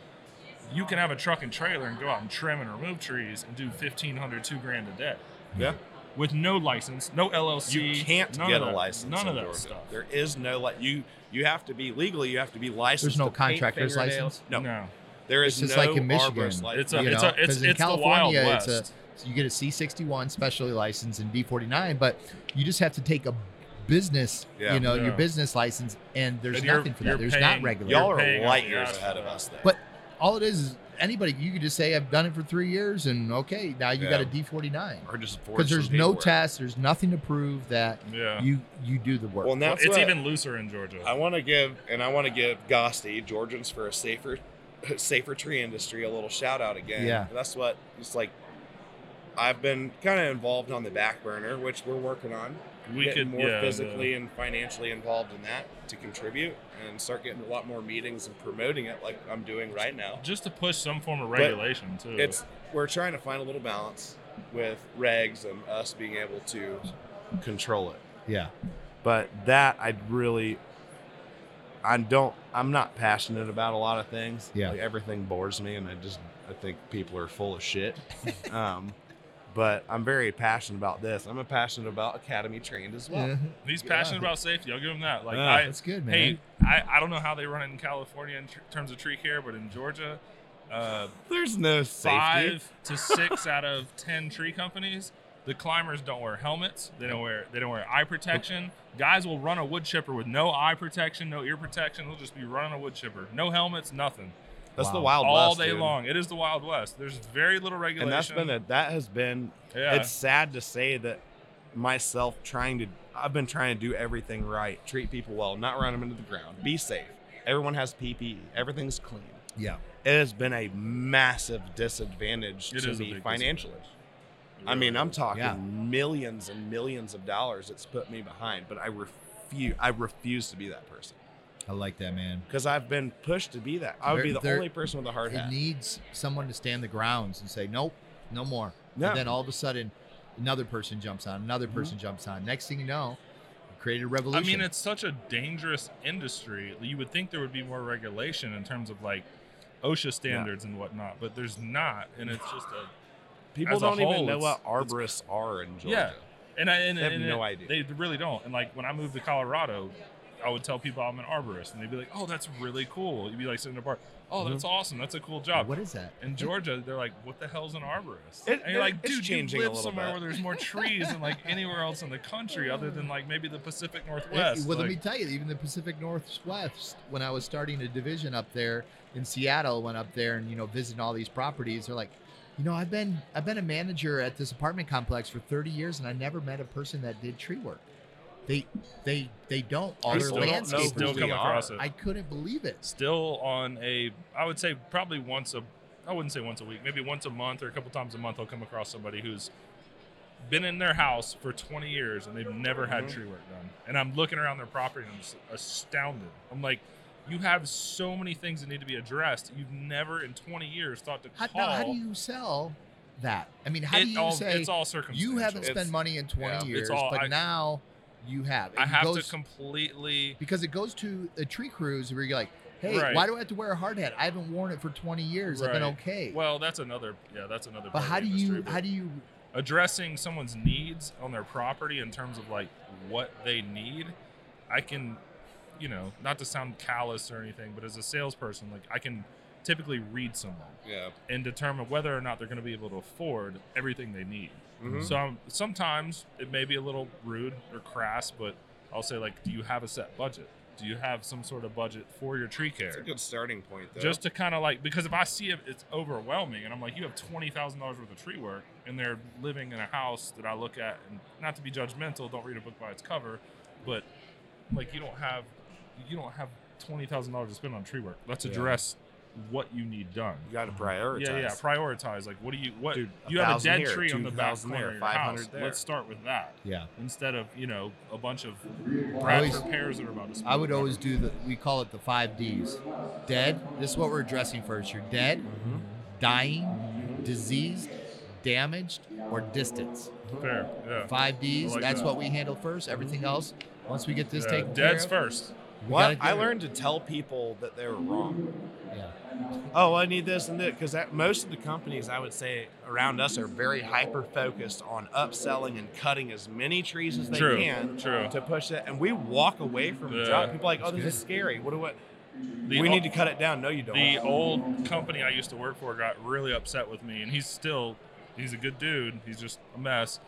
Speaker 5: you can have a truck and trailer and go out and trim and remove trees and do 1500 2 grand a day
Speaker 4: Yeah.
Speaker 5: with no license no llc
Speaker 4: you can't
Speaker 5: none
Speaker 4: get
Speaker 5: of
Speaker 4: a
Speaker 5: that-
Speaker 4: license.
Speaker 5: none of
Speaker 4: in
Speaker 5: that
Speaker 4: Georgia.
Speaker 5: stuff
Speaker 4: There is no like you. You have to be legally. You have to be licensed.
Speaker 1: no
Speaker 4: to paint
Speaker 1: contractor's
Speaker 4: fingernails.
Speaker 1: license?
Speaker 4: No,
Speaker 5: no
Speaker 4: there
Speaker 1: It's
Speaker 4: is
Speaker 1: just
Speaker 4: no
Speaker 1: like in Michigan.
Speaker 4: arborist license.
Speaker 5: it's a
Speaker 1: You
Speaker 5: it's
Speaker 1: know,
Speaker 5: a it's,
Speaker 1: 'cause in
Speaker 5: it's the wild
Speaker 1: California,
Speaker 5: west
Speaker 1: it's a- So you get a C61 specially license and D49, but you just have to take a business,
Speaker 4: Yeah.
Speaker 1: you know,
Speaker 5: Yeah.
Speaker 1: your business license, and there's
Speaker 5: And you're-
Speaker 1: nothing for that.
Speaker 5: you're
Speaker 1: There's
Speaker 5: paying-
Speaker 1: not regulation.
Speaker 4: Y'all
Speaker 5: You're
Speaker 4: are
Speaker 5: paying
Speaker 4: light
Speaker 5: out
Speaker 4: years
Speaker 5: the
Speaker 4: ahead of
Speaker 5: ass.
Speaker 4: us. There.
Speaker 1: But all it is is anybody. You could just say I've done it for three years, and okay, now you
Speaker 4: Yeah.
Speaker 1: got a D49
Speaker 4: or just afford
Speaker 1: because
Speaker 4: some
Speaker 1: there's no
Speaker 4: paperwork.
Speaker 1: test, there's nothing to prove that
Speaker 5: yeah
Speaker 1: you you do the work.
Speaker 4: Well, and
Speaker 5: Well,
Speaker 4: that's
Speaker 5: it's
Speaker 4: what
Speaker 5: even looser in georgia
Speaker 4: I want to give, and I want to give Gosti Georgians for a safer, safer tree industry a little shout out again.
Speaker 1: Yeah.
Speaker 4: And that's what it's like. I've been kind of involved on the back burner, which we're working on.
Speaker 5: we
Speaker 4: getting
Speaker 5: could
Speaker 4: more
Speaker 5: yeah,
Speaker 4: physically and financially involved in that to contribute and start getting a lot more meetings and promoting it like I'm doing right now.
Speaker 5: the- just to push some form of regulation too
Speaker 4: It's we're trying to find a little balance with regs and us being able to control it.
Speaker 1: yeah,
Speaker 6: but that I really I don't I'm not passionate about a lot of things.
Speaker 1: Yeah.
Speaker 6: Like everything bores me and I just I think people are full of shit. um but I'm very passionate about this. I'm passionate about academy trained as well.
Speaker 1: Yeah.
Speaker 5: he's
Speaker 1: yeah.
Speaker 5: passionate about safety i'll give him that like
Speaker 6: Yeah.
Speaker 5: i
Speaker 1: that's good, man.
Speaker 5: Hey, I, I don't know how they run it in California in tr- terms of tree care, but in Georgia, uh,
Speaker 6: There's no safety.
Speaker 5: five to six out of ten tree companies, the climbers don't wear helmets. They don't wear they don't wear eye protection. Guys will run a wood chipper with no eye protection, no ear protection. They'll just be running a wood chipper, no helmets, nothing,
Speaker 6: That's the
Speaker 1: Wow.
Speaker 6: wild
Speaker 5: all
Speaker 6: west,
Speaker 5: day
Speaker 6: dude.
Speaker 5: long. It is the Wild West. There's very little regulation.
Speaker 6: And that's been a, that has been
Speaker 5: yeah.
Speaker 6: it's sad to say that myself trying to I've been trying to do everything right, treat people well, not run them into the ground, be safe. Everyone has PPE, everything's clean.
Speaker 1: yeah,
Speaker 6: It has been a massive disadvantage
Speaker 5: It
Speaker 6: to
Speaker 5: is a
Speaker 6: me
Speaker 5: big
Speaker 6: financially.
Speaker 5: disadvantage. It
Speaker 6: I mean,
Speaker 5: really
Speaker 6: I'm
Speaker 5: is.
Speaker 6: talking
Speaker 1: Yeah.
Speaker 6: millions and millions of dollars it's put me behind, but I refuse I refuse to be that person
Speaker 1: I like that, man.
Speaker 6: because I've been pushed to be that. I would
Speaker 1: There-
Speaker 6: be the
Speaker 1: there-
Speaker 6: only person with a hard
Speaker 1: It
Speaker 6: hat.
Speaker 1: needs someone to stand the grounds and say, nope, no more.
Speaker 6: Yeah.
Speaker 1: And then all of a sudden, another person jumps on, another person jumps on. Next thing you know, you created a
Speaker 5: Mm-hmm. I
Speaker 1: revolution.
Speaker 5: mean, it's such a dangerous industry. You would think there would be more regulation in terms of like OSHA standards and whatnot, but there's not, and it's just a
Speaker 6: People
Speaker 5: as a
Speaker 6: don't
Speaker 5: whole,
Speaker 6: even know
Speaker 5: it's-
Speaker 6: what arborists are in Georgia.
Speaker 5: Yeah. and I and,
Speaker 6: They have
Speaker 5: and-
Speaker 6: no idea.
Speaker 5: They really don't. And like when I moved to Colorado, I would tell people I'm an arborist, and they'd be like, "Oh, that's really cool." You'd be like sitting in a bar, "Oh,
Speaker 6: Mm-hmm.
Speaker 5: that's awesome. That's a cool job."
Speaker 1: what is that?
Speaker 5: in Georgia, they're like, "What the hell's an arborist?"
Speaker 6: It-
Speaker 5: and you're like,
Speaker 6: it's
Speaker 5: "Dude,
Speaker 6: changing a
Speaker 5: you live
Speaker 6: little
Speaker 5: somewhere
Speaker 6: bit."
Speaker 5: where there's more trees than like anywhere else in the country, other than like maybe the Pacific
Speaker 1: It-
Speaker 5: Northwest."
Speaker 1: well, let
Speaker 5: Like,
Speaker 1: me tell you, even the Pacific Northwest, when I was starting a division up there in Seattle, went up there and you know visiting all these properties. They're like, you know, I've been I've been a manager at this apartment complex for 30 years, and I never met a person that did tree work. They they they don't. All
Speaker 5: I
Speaker 1: their
Speaker 5: still don't know.
Speaker 1: landscapers.
Speaker 5: Still
Speaker 1: do.
Speaker 5: come across it.
Speaker 1: I couldn't believe it.
Speaker 5: still on a i would say probably once a i wouldn't say once a week maybe once a month or a couple times a month i'll come across somebody who's been in their house for 20 years and they've never had tree work done and i'm looking around their property and i'm just astounded i'm like you have so many things that need to be addressed you've never in 20 years thought to
Speaker 1: How,
Speaker 5: call
Speaker 1: now, how do you sell that? I mean, how
Speaker 5: it
Speaker 1: do you
Speaker 5: all,
Speaker 1: say
Speaker 5: it's all circumstantial
Speaker 1: you haven't spent
Speaker 4: It's-
Speaker 1: money in 20
Speaker 4: yeah, it's
Speaker 1: years,
Speaker 5: all-
Speaker 1: but
Speaker 5: I-
Speaker 1: now you have.
Speaker 5: I
Speaker 1: It
Speaker 5: have
Speaker 1: goes-
Speaker 5: to completely
Speaker 1: because it goes to a tree cruise where you're like, hey,
Speaker 5: Right.
Speaker 1: why do I have to wear a hard hat? I haven't worn it for 20 years. I've been
Speaker 5: Right.
Speaker 1: okay.
Speaker 5: well. That's another yeah. That's another.
Speaker 1: but
Speaker 5: part of
Speaker 1: how
Speaker 5: the
Speaker 1: do
Speaker 5: industry,
Speaker 1: you
Speaker 5: but-
Speaker 1: how do you
Speaker 5: addressing someone's needs on their property in terms of like what they need, I can, you know, not to sound callous or anything, but as a salesperson, like I can typically read someone
Speaker 8: Yeah.
Speaker 5: and determine whether or not they're going to be able to afford everything they need.
Speaker 8: Mhm.
Speaker 5: So um, sometimes it may be a little rude or crass, but I'll say like, do you have a set budget? Do you have some sort of budget for your tree care?
Speaker 8: It's a good starting point, though.
Speaker 5: just to kind of like because if I see it, it's overwhelming, and I'm like, you have twenty thousand dollars worth of tree work, and they're living in a house that I look at, and not to be judgmental, don't read a book by its cover, but like you don't have you don't have twenty thousand dollars to spend on tree work. Let's
Speaker 4: Yeah.
Speaker 5: address what you need done.
Speaker 4: You got to prioritize.
Speaker 5: Yeah, yeah. Prioritize. Like, what do you what
Speaker 4: Dude,
Speaker 5: you have a
Speaker 4: 1,000
Speaker 5: dead
Speaker 4: here,
Speaker 5: tree on the back
Speaker 4: 2,000
Speaker 5: corner
Speaker 4: there,
Speaker 5: of your house.
Speaker 4: 500 there.
Speaker 5: Let's start with that
Speaker 1: yeah.
Speaker 5: instead of you know a bunch of
Speaker 1: Always-
Speaker 5: Bradford pears that are about to.
Speaker 1: I
Speaker 5: split
Speaker 1: would
Speaker 5: up.
Speaker 1: always do the we call it the five D's. Dead. This is what we're addressing first. You're dead, dying, diseased, damaged, or distance.
Speaker 5: fair. Yeah.
Speaker 1: Five D's.
Speaker 5: I like
Speaker 1: that's
Speaker 5: that.
Speaker 1: what we handle first. Everything else, once we get this
Speaker 5: Yeah,
Speaker 1: taken
Speaker 5: Dead's
Speaker 1: care of,
Speaker 5: first.
Speaker 1: we gotta
Speaker 4: What
Speaker 1: get
Speaker 4: I
Speaker 1: it.
Speaker 4: learned to tell people that they were wrong.
Speaker 1: Yeah.
Speaker 4: Oh, I need this and that because most of the companies I would say around us are very hyper focused on upselling and cutting as many trees as they
Speaker 5: True.
Speaker 4: can
Speaker 5: True.
Speaker 4: to push that. And we walk away from the
Speaker 5: Yeah.
Speaker 4: job. People are like, oh,
Speaker 1: That's
Speaker 4: this is scary. What do I?
Speaker 5: The
Speaker 4: we
Speaker 5: o-
Speaker 4: need to cut it down. No, you don't.
Speaker 5: the old company I used to work for got really upset with me, and he's still he's a good dude. He's just a mess.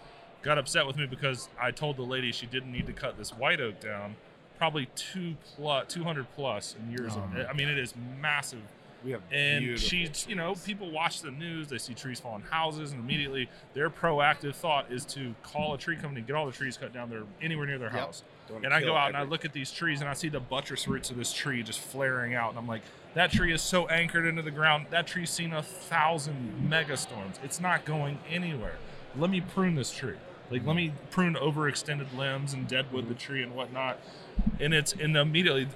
Speaker 5: Got upset with me because I told the lady she didn't need to cut this white oak down, probably two plus two hundred plus in years.
Speaker 1: Oh,
Speaker 5: of,
Speaker 1: man.
Speaker 5: I mean, it is massive.
Speaker 4: we have
Speaker 5: And
Speaker 4: beautiful
Speaker 5: she, you know, people watch the news, they see trees fall on houses, and immediately their proactive thought is to call a tree company, get all the trees cut down there anywhere near their
Speaker 1: Yep.
Speaker 5: house.
Speaker 8: Don't
Speaker 5: And I
Speaker 8: kill
Speaker 5: go out and I
Speaker 8: every-
Speaker 5: look at these trees and I see the buttress roots of this tree just flaring out. And I'm like, that tree is so anchored into the ground. That tree's seen a thousand megastorms. It's not going anywhere. Let me prune this tree. Like, let me prune overextended limbs and deadwood the tree and whatnot. And it's, and immediately,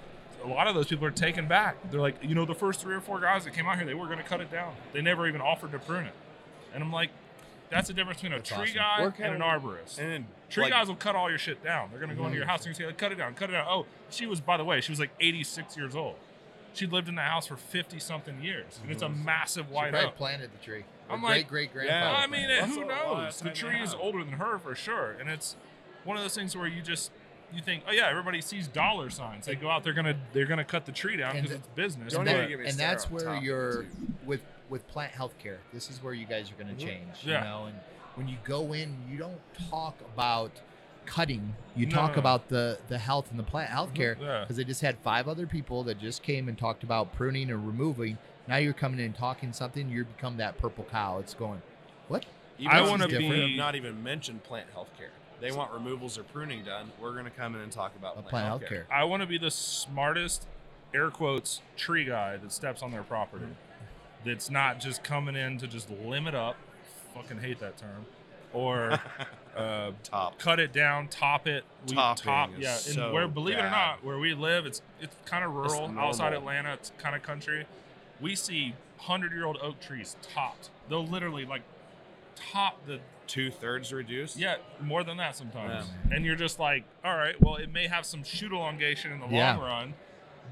Speaker 5: a lot of those people are taken back. They're like, you know, the first three or four guys that came out here, they were going to cut it down. They never even offered to prune it. And I'm like, that's the difference between a
Speaker 1: That's
Speaker 5: tree
Speaker 1: awesome.
Speaker 5: guy
Speaker 4: Work
Speaker 5: and an arborist.
Speaker 4: And then
Speaker 5: Tree
Speaker 4: like,
Speaker 5: guys will cut all your shit down. They're gonna go into your house and say, "Cut it down, cut it down." Oh, she was, by the way, she was like 86 years old. She lived in the house for 50 something years, and it's a massive
Speaker 1: Mm-hmm. She
Speaker 5: white
Speaker 1: probably
Speaker 5: oak.
Speaker 1: planted the tree.
Speaker 5: I'm
Speaker 1: great
Speaker 5: like,
Speaker 1: great
Speaker 4: yeah,
Speaker 1: grandfather.
Speaker 5: I mean, it,
Speaker 4: That's a
Speaker 5: who
Speaker 4: lot of
Speaker 5: knows? The
Speaker 4: time they
Speaker 5: tree is
Speaker 4: have.
Speaker 5: older than her for sure, and it's one of those things where you just you think, "Oh yeah, everybody sees dollar signs. They go out, they're gonna they're gonna cut the tree down
Speaker 1: And
Speaker 5: because
Speaker 1: the-
Speaker 5: it's business."
Speaker 8: Don't
Speaker 1: and,
Speaker 5: but-
Speaker 8: even get me
Speaker 1: and
Speaker 8: started
Speaker 1: that's
Speaker 8: on
Speaker 1: where
Speaker 8: top,
Speaker 1: you're
Speaker 8: too.
Speaker 1: with with plant healthcare. This is where you guys are going to change.
Speaker 5: Mm-hmm. Yeah.
Speaker 1: You know, and when you go in, you don't talk about cutting. You
Speaker 5: No,
Speaker 1: talk
Speaker 5: no, no.
Speaker 1: about the the health and the plant healthcare
Speaker 5: Yeah.
Speaker 1: because they just had five other people that just came and talked about pruning and removing. Now you're coming in and talking something. You become that purple cow. It's going. What?
Speaker 4: even
Speaker 5: I
Speaker 4: if
Speaker 5: wanna
Speaker 4: these people
Speaker 5: be-
Speaker 4: have not even mentioned plant health care. They want removals or pruning done. We're going to come in and talk
Speaker 1: A
Speaker 4: about plant,
Speaker 1: plant
Speaker 4: health care.
Speaker 1: healthcare.
Speaker 5: I want to be the smartest, air quotes, tree guy that steps on their property. That's not just coming in to just limit up. Fucking hate that term. Or uh,
Speaker 4: Top.
Speaker 5: cut it down, top it. We
Speaker 4: Topping
Speaker 5: top,
Speaker 4: is
Speaker 5: yeah. And
Speaker 4: so
Speaker 5: where, believe it or
Speaker 4: bad.
Speaker 5: not, where we live, it's it's kind of rural,
Speaker 4: normal.
Speaker 5: outside Atlanta, it's kind of country. We see hundred-year-old oak trees topped. They'll literally like top the
Speaker 4: Two thirds reduced.
Speaker 5: yeah, more than that sometimes. And you're just like, all right, well, it may have some shoot elongation in the
Speaker 1: Yeah.
Speaker 5: long run,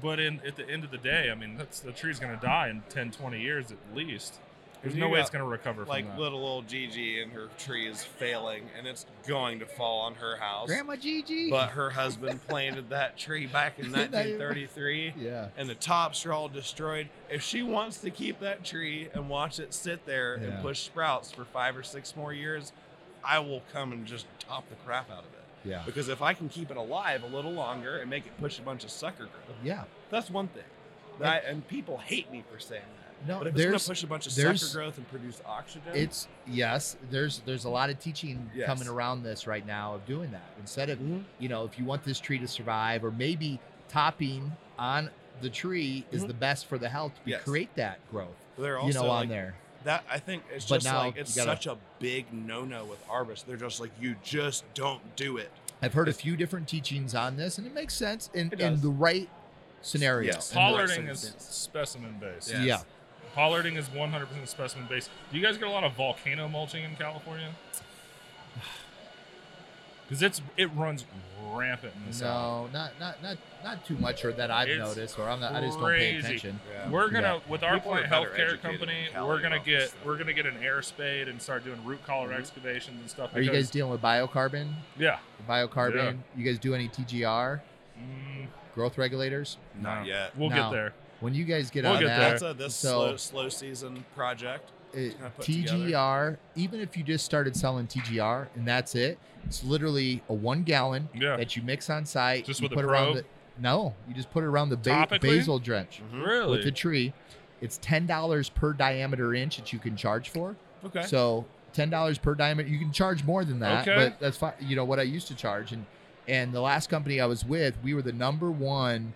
Speaker 5: but in at the end of the day, I mean, that's the tree's going to die in 10, 20 years at least. There's
Speaker 4: You
Speaker 5: no way
Speaker 4: got,
Speaker 5: it's going to recover from
Speaker 8: like
Speaker 5: that.
Speaker 8: little old Gigi and her tree is failing and it's going to fall on her house.
Speaker 1: Grandma Gigi.
Speaker 4: But her husband planted that tree back in 1933,
Speaker 1: yeah.
Speaker 4: and the tops are all destroyed. If she wants to keep that tree and watch it sit there
Speaker 1: Yeah.
Speaker 4: and push sprouts for five or six more years, I will come and just top the crap out of it.
Speaker 1: Yeah.
Speaker 4: Because if I can keep it alive a little longer and make it push a bunch of sucker growth,
Speaker 1: Yeah.
Speaker 4: that's one thing. That, and people hate me for saying that.
Speaker 1: No,
Speaker 4: but if it's going
Speaker 1: there's-
Speaker 4: to push a bunch of
Speaker 1: there's-
Speaker 4: sucker growth and produce oxygen,
Speaker 1: It's yes. There's there's a lot of teaching
Speaker 4: Yes.
Speaker 1: coming around this right now of doing that. Instead of
Speaker 4: Mhm.
Speaker 1: you know if you want this tree to survive, or maybe topping on the tree is
Speaker 4: Mhm.
Speaker 1: the best for the health to
Speaker 4: Yes.
Speaker 1: create that growth.
Speaker 4: they're also
Speaker 1: you know, on
Speaker 4: like,
Speaker 1: there.
Speaker 4: That I think it's
Speaker 1: But
Speaker 4: just
Speaker 1: now
Speaker 4: like it's
Speaker 1: you gotta-
Speaker 4: such a big no-no with arborists. They're just like you just don't do it.
Speaker 1: I've heard a few different teachings on this, and it makes sense in,
Speaker 4: It
Speaker 1: in
Speaker 4: does.
Speaker 1: the right scenario.
Speaker 4: Yes.
Speaker 1: In the right
Speaker 5: Pollarding is
Speaker 1: circumstance.
Speaker 5: specimen based.
Speaker 4: Yeah.
Speaker 1: Yeah.
Speaker 5: Pollarding is 100% specimen based. Do you guys get a lot of volcano mulching in California? because it's it runs rampant in the South.
Speaker 1: No, not not not not too much, or that I've
Speaker 5: It's
Speaker 1: noticed, or I'm not. I just don't pay
Speaker 5: crazy.
Speaker 1: attention.
Speaker 4: Yeah.
Speaker 5: We're gonna with our
Speaker 4: People are
Speaker 5: plant
Speaker 4: better
Speaker 5: healthcare
Speaker 4: educated
Speaker 5: company,
Speaker 4: in Cali
Speaker 5: we're gonna
Speaker 4: about
Speaker 5: get
Speaker 4: this stuff. Mm-hmm.
Speaker 5: we're gonna get an air spade and start doing root collar excavations and stuff.
Speaker 1: Are you guys
Speaker 5: because-
Speaker 1: dealing with biocarbon?
Speaker 5: Yeah.
Speaker 1: Biocarbon. You guys do any TGR
Speaker 5: Mm,
Speaker 1: growth regulators?
Speaker 4: Not
Speaker 5: no.
Speaker 4: yet.
Speaker 5: We'll
Speaker 1: No.
Speaker 5: get there.
Speaker 1: When you guys get
Speaker 5: We'll
Speaker 1: on
Speaker 5: get
Speaker 1: that,
Speaker 5: there.
Speaker 6: That's a this
Speaker 1: So-
Speaker 6: slow, slow season project.
Speaker 1: it,
Speaker 6: kinda put together.
Speaker 1: TGR, even if you just started selling TGR and that's it, it's literally a one gallon
Speaker 5: Yeah.
Speaker 1: that you mix on site.
Speaker 5: Just
Speaker 1: you
Speaker 5: with a
Speaker 1: put around
Speaker 5: probe?
Speaker 1: the No, you just put it around the ba-
Speaker 5: Topically?
Speaker 1: basil drench
Speaker 4: Mm-hmm.
Speaker 5: Really?
Speaker 1: with the tree. It's ten dollars per diameter inch that you can charge for.
Speaker 6: Okay.
Speaker 1: So ten dollars per diamond. You can charge more than that,
Speaker 5: Okay.
Speaker 1: but that's fine. You know what I used to charge, and and the last company I was with, we were the number one.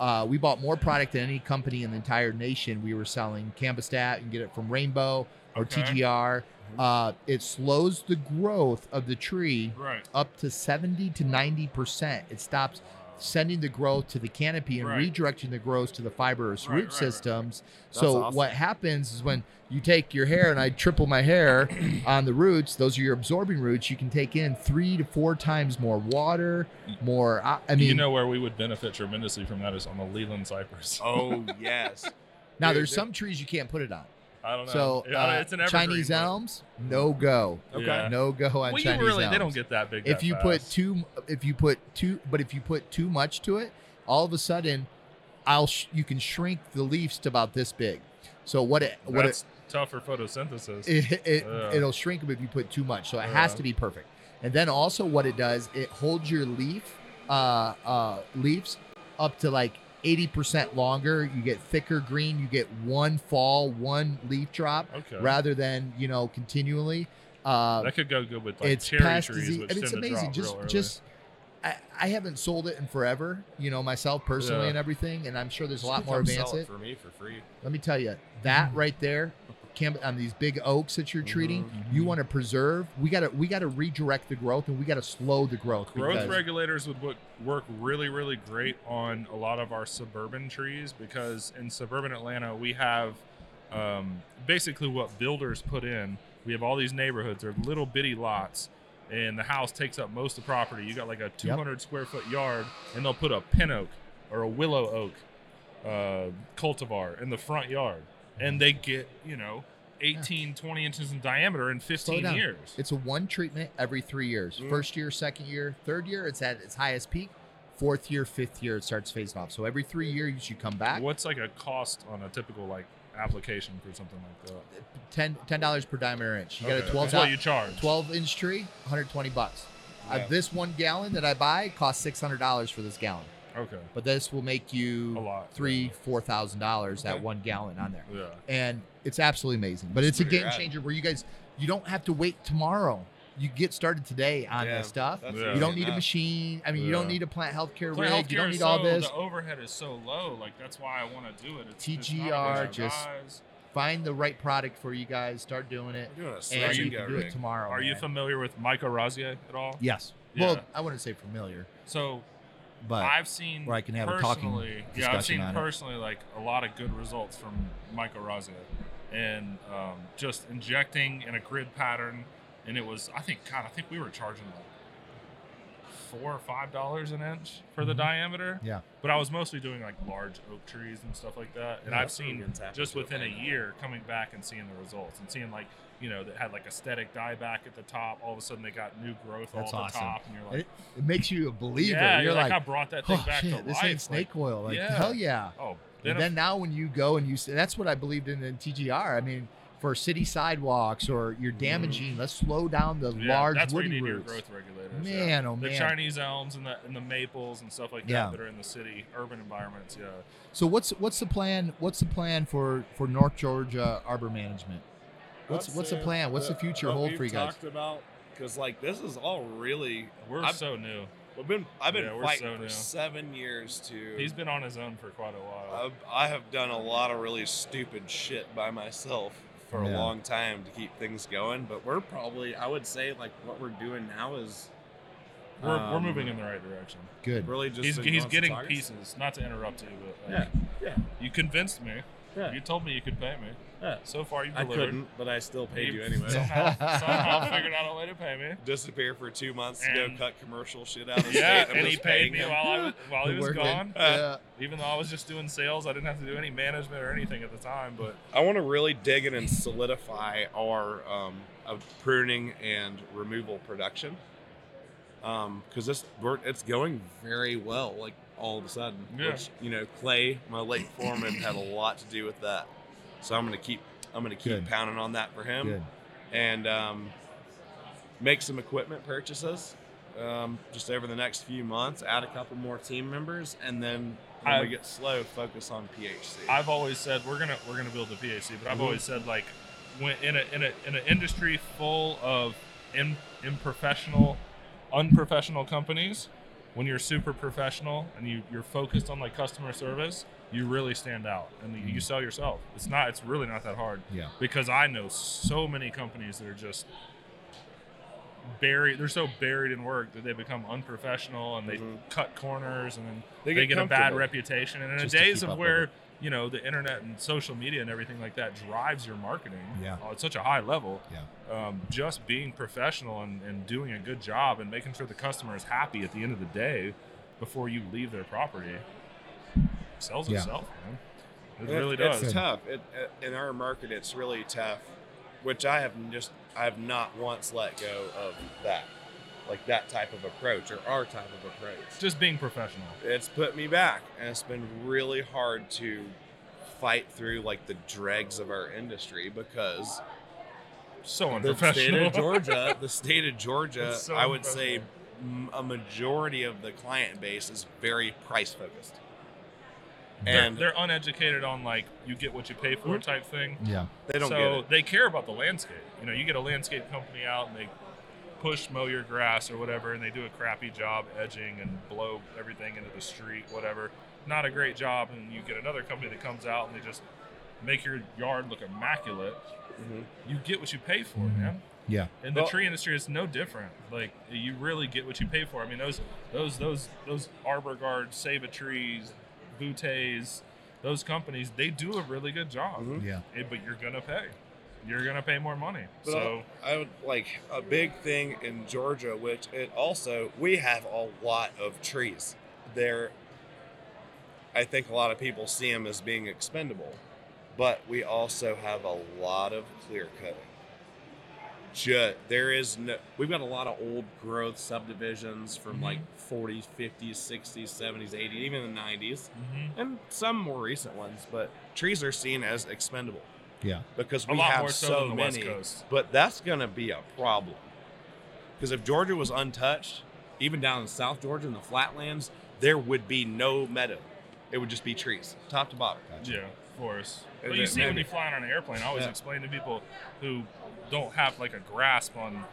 Speaker 1: Uh, we bought more product than any company in the entire nation. We were selling Canvastat. You can get it from Rainbow or
Speaker 5: Okay. Mm-hmm.
Speaker 1: TGR. Uh, it slows the growth of the tree
Speaker 5: right.
Speaker 1: up to 70 to 90%. It stops sending the growth to the canopy and
Speaker 5: Right.
Speaker 1: redirecting the growth to the fibrous
Speaker 5: Right,
Speaker 1: root
Speaker 5: right, right.
Speaker 1: systems.
Speaker 6: That's
Speaker 1: So
Speaker 6: awesome.
Speaker 1: what happens is when you take your hair and I triple my hair on the roots, those are your absorbing roots, you can take in 3 to 4 times more water, more uh, I I mean
Speaker 5: you know where we would benefit tremendously from that is on the Leland cypress.
Speaker 6: Oh yes.
Speaker 1: now
Speaker 6: dude,
Speaker 1: there's
Speaker 6: dude.
Speaker 1: some trees you can't put it on.
Speaker 5: I don't know.
Speaker 1: So
Speaker 5: Oh, Yeah,
Speaker 1: uh,
Speaker 5: it's an evergreen,
Speaker 1: Chinese
Speaker 5: but-
Speaker 1: elms, no go.
Speaker 6: Okay.
Speaker 5: Yeah.
Speaker 1: No go on
Speaker 5: Well, you
Speaker 1: Chinese
Speaker 5: really
Speaker 1: elms.
Speaker 5: they don't get that big.
Speaker 1: if
Speaker 5: that
Speaker 1: you
Speaker 5: fast.
Speaker 1: put too if you put too but if you put too much to it all of a sudden i'll sh- you can shrink the leaves to about this big so what it what it,
Speaker 5: that's tough for photosynthesis.
Speaker 1: it, it
Speaker 5: Yeah.
Speaker 1: it'll shrink them if you put too much so it has
Speaker 5: Yeah.
Speaker 1: to be perfect and then also what it does it holds your leaf uh uh leaves up to like 80% longer you get thicker green you get one fall one leaf drop
Speaker 5: okay.
Speaker 1: rather than you know continually uh
Speaker 5: that could go good with like
Speaker 1: it's
Speaker 5: cherry
Speaker 1: past
Speaker 5: trees,
Speaker 1: disease.
Speaker 5: which
Speaker 1: and it's
Speaker 5: tend to
Speaker 1: amazing.
Speaker 5: drop
Speaker 1: Just,
Speaker 5: real early.
Speaker 1: just, I, I haven't sold it in forever. You know, myself personally
Speaker 5: Yeah.
Speaker 1: and everything. And I'm sure there's a
Speaker 6: Just
Speaker 1: lot more
Speaker 6: come sell
Speaker 1: advanced.
Speaker 6: it for me for free.
Speaker 1: Let me tell you,
Speaker 5: Mm-hmm.
Speaker 1: that right there, can on these big oaks that you're treating,
Speaker 5: Mm-hmm.
Speaker 1: you want to preserve. We gotta, we gotta redirect the growth, and we gotta slow the growth.
Speaker 5: Growth
Speaker 1: because-
Speaker 5: regulators would wo- work really, really great on a lot of our suburban trees because in suburban Atlanta, we have um, basically what builders put in. We have all these neighborhoods, they're little bitty lots, and the house takes up most of the property. You got like a 200 square foot yard, and they'll put a pin oak or a willow oak uh, cultivar in the front yard,
Speaker 1: Mm-hmm.
Speaker 5: and they get, you know, 18, 20 inches in diameter in 15
Speaker 1: down.
Speaker 5: years.
Speaker 1: It's a one treatment every three years.
Speaker 6: Mm.
Speaker 1: First year, second year, third year, it's at its highest peak. Fourth year, fifth year, it starts phasing off. So every three years, you should come back.
Speaker 5: What's like a cost on a typical like application for something like that?
Speaker 1: Ten dollars per diameter inch. You got
Speaker 5: Okay,
Speaker 1: a twelve
Speaker 5: That's what you charge.
Speaker 1: 12 inch tree 120 bucks
Speaker 6: Yeah.
Speaker 1: uh, this one gallon that i buy costs $600 for this gallon
Speaker 5: Okay.
Speaker 1: but this will make
Speaker 5: A
Speaker 1: you
Speaker 5: lot.
Speaker 1: three four thousand dollars that
Speaker 6: Okay.
Speaker 1: one gallon on there
Speaker 5: Yeah.
Speaker 1: and it's absolutely amazing but it's a
Speaker 6: pretty
Speaker 1: game
Speaker 6: rad.
Speaker 1: changer where you guys you don't have to wait tomorrow you get started today on
Speaker 6: Yeah.
Speaker 1: this stuff
Speaker 6: That's
Speaker 5: Yeah.
Speaker 1: you don't
Speaker 6: easy
Speaker 1: need a
Speaker 6: enough.
Speaker 1: machine i mean you don't
Speaker 5: Yeah.
Speaker 1: need a plant healthcare
Speaker 5: Plant
Speaker 1: rig you
Speaker 5: healthcare
Speaker 1: don't
Speaker 5: is
Speaker 1: need all
Speaker 5: so-
Speaker 1: this
Speaker 5: The overhead is so low. Like that's why I want to do it. It's, it's
Speaker 1: TGR
Speaker 5: not a bunch of
Speaker 1: just-
Speaker 5: guys.
Speaker 1: find the right product for you guys start doing it
Speaker 6: We're doing a
Speaker 1: and
Speaker 6: slash
Speaker 1: you
Speaker 6: and
Speaker 1: can
Speaker 6: go
Speaker 1: do
Speaker 6: rig.
Speaker 1: it tomorrow
Speaker 5: Are you
Speaker 1: Oh, man.
Speaker 5: familiar with Micah Razier at all?
Speaker 1: yes
Speaker 5: Yeah.
Speaker 1: well i wouldn't say familiar
Speaker 5: So
Speaker 1: but
Speaker 5: I've seen
Speaker 1: where I can have a talking
Speaker 5: personally, yeah, I've
Speaker 1: discussion
Speaker 5: seen
Speaker 1: on it.
Speaker 5: personally like a lot of good results from Michael Raza and um, just injecting in a grid pattern, and it was I think God, I think we were charging like four or five dollars an inch for the
Speaker 1: Mhm.
Speaker 5: diameter.
Speaker 1: Yeah.
Speaker 5: but I was mostly doing like large oak trees and stuff like that, and
Speaker 6: Yeah,
Speaker 5: I've
Speaker 6: that's
Speaker 5: seen
Speaker 6: what happens
Speaker 5: just
Speaker 6: to
Speaker 5: within a
Speaker 6: Atlanta.
Speaker 5: year coming back and seeing the results and seeing like. You know that had like aesthetic dieback at the top. All of a sudden, they got new growth
Speaker 1: That's
Speaker 5: all at
Speaker 1: awesome.
Speaker 5: the top, and you're like,
Speaker 1: it makes you a believer
Speaker 5: yeah,
Speaker 1: you're, like
Speaker 5: I brought that thing
Speaker 1: oh
Speaker 5: back
Speaker 1: shit,
Speaker 5: to
Speaker 1: this
Speaker 5: life.
Speaker 1: ain't snake oil. Like
Speaker 5: yeah.
Speaker 1: hell yeah.
Speaker 5: Like, oh,
Speaker 1: And
Speaker 5: benef-
Speaker 1: then now when you go and you say that's what I believed in in TGR. I mean, for city sidewalks or you're damaging, let's slow down the
Speaker 5: Mm-hmm. yeah,
Speaker 1: large
Speaker 5: that's where
Speaker 1: woody
Speaker 5: you need
Speaker 1: roots.
Speaker 5: your growth regulators. yeah.
Speaker 1: Man, oh
Speaker 5: the
Speaker 1: man.
Speaker 5: Chinese elms and the and the maples and stuff like
Speaker 1: Yeah.
Speaker 5: that that are in the city, urban environments. Yeah,
Speaker 1: so what's what's the plan? What's the plan for for North Georgia arbor management? What's what's the plan? What's the future
Speaker 6: what
Speaker 1: hold
Speaker 6: uh, we've
Speaker 1: for you guys?
Speaker 6: Talked about because like this is all really.
Speaker 5: we're
Speaker 6: I've,
Speaker 5: so new.
Speaker 6: I've been I've been
Speaker 5: Yeah, we're
Speaker 6: fighting
Speaker 5: so
Speaker 6: for
Speaker 5: new.
Speaker 6: seven years to.
Speaker 5: He's been on his own for quite a while.
Speaker 6: I've, I have done a lot of really stupid shit by myself for
Speaker 1: Yeah.
Speaker 6: a long time to keep things going, but we're probably I would say like what we're doing now is
Speaker 5: we're, we're
Speaker 6: um,
Speaker 5: moving in the right direction.
Speaker 1: Good.
Speaker 6: Really, just
Speaker 5: He's
Speaker 6: been
Speaker 5: he's
Speaker 6: going
Speaker 5: getting
Speaker 6: since August.
Speaker 5: pieces. Not to interrupt you, but like,
Speaker 6: Yeah, yeah.
Speaker 5: you convinced me You told me you could pay me.
Speaker 6: Yeah.
Speaker 5: So far, you
Speaker 6: I
Speaker 5: delivered.
Speaker 6: couldn't, but I still paid you anyway.
Speaker 5: Somehow, somehow figured out a way to pay me.
Speaker 4: Disappear for two months to
Speaker 5: And-
Speaker 4: go cut commercial shit out of the
Speaker 5: Yeah,
Speaker 4: state. I'm
Speaker 5: and he
Speaker 4: just
Speaker 5: paid
Speaker 4: paying
Speaker 5: me
Speaker 4: him.
Speaker 5: while I was, while he was
Speaker 1: Working.
Speaker 5: gone.
Speaker 6: Uh,
Speaker 1: Yeah.
Speaker 5: Even though I was just doing sales, I didn't have to do any management or anything at the time. But
Speaker 4: I want to really dig in and solidify our um, of pruning and removal production because this work it's going very well. Like all of a sudden,
Speaker 5: Yeah.
Speaker 4: which you know, Clay, my late foreman, had a lot to do with that. So I'm gonna keep I'm gonna keep
Speaker 1: Good.
Speaker 4: pounding on that for him
Speaker 1: Good.
Speaker 4: and um, make some equipment purchases. Um, just over the next few months, add a couple more team members, and then when
Speaker 5: I've-
Speaker 4: we get slow, focus on PHC.
Speaker 5: I've always said we're gonna we're gonna build the PAC. But I've
Speaker 4: Mhm.
Speaker 5: always said like when in a in a in an industry full of im- improfessional, unprofessional companies, when you're super professional and you you're focused on like customer service, you really stand out and you, you sell yourself. It's not it's really not that hard.
Speaker 1: Yeah.
Speaker 5: because I know so many companies that are just buried. They're so buried in work that they become unprofessional and they
Speaker 4: Mhm.
Speaker 1: Mm-hmm.
Speaker 5: cut corners and then
Speaker 4: They
Speaker 5: they,
Speaker 4: get
Speaker 5: get, a bad
Speaker 4: comfortable.
Speaker 5: reputation. And in the
Speaker 1: Just to
Speaker 5: days
Speaker 1: keep
Speaker 5: of
Speaker 1: up
Speaker 5: where
Speaker 1: with
Speaker 5: you know the internet and social media and everything like that drives your marketing uh,
Speaker 1: Yeah.
Speaker 5: at such a high level, um, just being professional and, and doing a good job and making sure the customer is happy at the end of the day before you leave their property sells
Speaker 1: Yeah.
Speaker 5: itself, man. It
Speaker 4: It-
Speaker 5: really does.
Speaker 4: It's tough. It, it- in our market, it's really tough, which I have just I have not once let go of that, like that type of approach or our type of approach.
Speaker 5: just being professional.
Speaker 4: It's put me back, and it's been really hard to fight through like the dregs of our industry because
Speaker 5: So
Speaker 4: the state
Speaker 5: unprofessional.
Speaker 4: of Georgia, the state of Georgia,
Speaker 5: It's so
Speaker 4: I would say m- a majority of the client base is very price focused.
Speaker 5: and
Speaker 4: And
Speaker 5: they're, uneducated on like you get what you pay for type thing.
Speaker 1: Yeah.
Speaker 4: Mm-hmm. they don't
Speaker 5: so
Speaker 4: get it.
Speaker 5: they care about the landscape. You know, you get a landscape company out and they push mow your grass or whatever, and they do a crappy job edging and blow everything into the street, whatever. Not a great job, and you get another company that comes out and they just make your yard look immaculate.
Speaker 4: Mhm.
Speaker 5: You get what you pay for,
Speaker 1: Mhm.
Speaker 5: man.
Speaker 1: Yeah.
Speaker 5: In the
Speaker 4: Well-
Speaker 5: tree industry, it's no different. Like you really get what you pay for. I mean, those those those those arbor guards, save a trees, Bouttes, those companies, they do a really good job.
Speaker 4: Mhm.
Speaker 1: Yeah.
Speaker 5: Eh, but you're gonna pay. You're gonna pay more money.
Speaker 4: But
Speaker 5: so
Speaker 4: I would like a big thing in Georgia, which it also we have a lot of trees. There, I think a lot of people see them as being expendable, but we also have a lot of clear cutting. Ju- there is no, we've got a lot of old growth subdivisions from like 40s, 50s, 60s, 70s, 80s, even the 90s,
Speaker 5: mm-hmm.
Speaker 4: and some more recent ones. But trees are seen as expendable.
Speaker 1: Yeah.
Speaker 4: because
Speaker 5: a
Speaker 4: we
Speaker 5: lot
Speaker 4: have
Speaker 5: more so,
Speaker 4: so
Speaker 5: than the
Speaker 4: many.
Speaker 5: West Coast.
Speaker 4: But that's going to be a problem. Because if Georgia was untouched, even down in South Georgia in the flatlands, there would be no meadow. It would just be trees, top to bottom.
Speaker 5: Yeah, of course.
Speaker 4: Is
Speaker 5: But you
Speaker 4: it
Speaker 5: see when
Speaker 4: maybe?
Speaker 5: you're flying on an airplane, I always
Speaker 4: Yeah.
Speaker 5: explain to people who don't have like a grasp on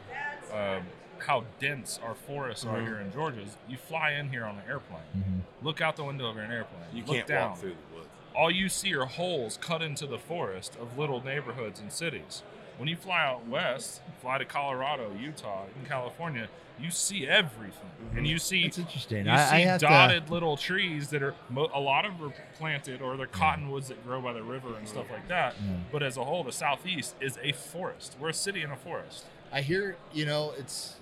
Speaker 5: um, how dense our forests are
Speaker 4: Mhm.
Speaker 5: here in Georgia. is You fly in here on an airplane.
Speaker 1: Mhm.
Speaker 5: Look out the window of an airplane.
Speaker 4: Mm-hmm. You
Speaker 5: Look
Speaker 4: can't
Speaker 5: down.
Speaker 4: walk through the woods.
Speaker 5: all you see are holes cut into the forest of little neighborhoods and cities. When you fly out west, fly to Colorado, Utah, and California, you see everything,
Speaker 4: Mm-hmm.
Speaker 5: and you see
Speaker 1: It's interesting.
Speaker 5: you
Speaker 1: I,
Speaker 5: see
Speaker 1: I have
Speaker 5: dotted little trees that are mo- a lot of them are planted, or they're cottonwoods that grow by the river and stuff like that.
Speaker 1: To, yeah.
Speaker 5: But as a whole, the southeast is a forest. We're a city in a forest.
Speaker 1: I hear, you know, it's.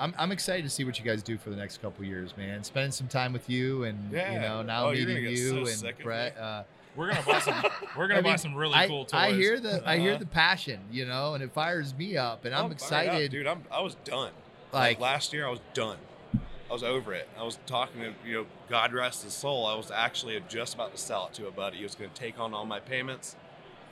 Speaker 1: I'm, I'm excited to see what you guys do for the next couple years, man. Spending some time with you, and you
Speaker 4: Yeah.
Speaker 1: know, now
Speaker 4: Oh, you're
Speaker 1: meeting
Speaker 4: gonna get
Speaker 1: you
Speaker 4: so sick
Speaker 1: and
Speaker 4: of me.
Speaker 1: Brett. Uh,
Speaker 5: We're gonna buy some. We're gonna
Speaker 1: I
Speaker 5: buy
Speaker 1: mean,
Speaker 5: some really
Speaker 1: I,
Speaker 5: cool toys.
Speaker 1: I hear the I hear
Speaker 4: Uh-huh.
Speaker 1: the passion, you know, and it fires me up, and I'm,
Speaker 4: fired Oh, up,
Speaker 1: excited.
Speaker 4: dude. I'm, I was done.
Speaker 1: like,
Speaker 4: last year, I was done. I was over it. I was talking to you know, God rest his soul. I was actually just about to sell it to a buddy. He was going to take on all my payments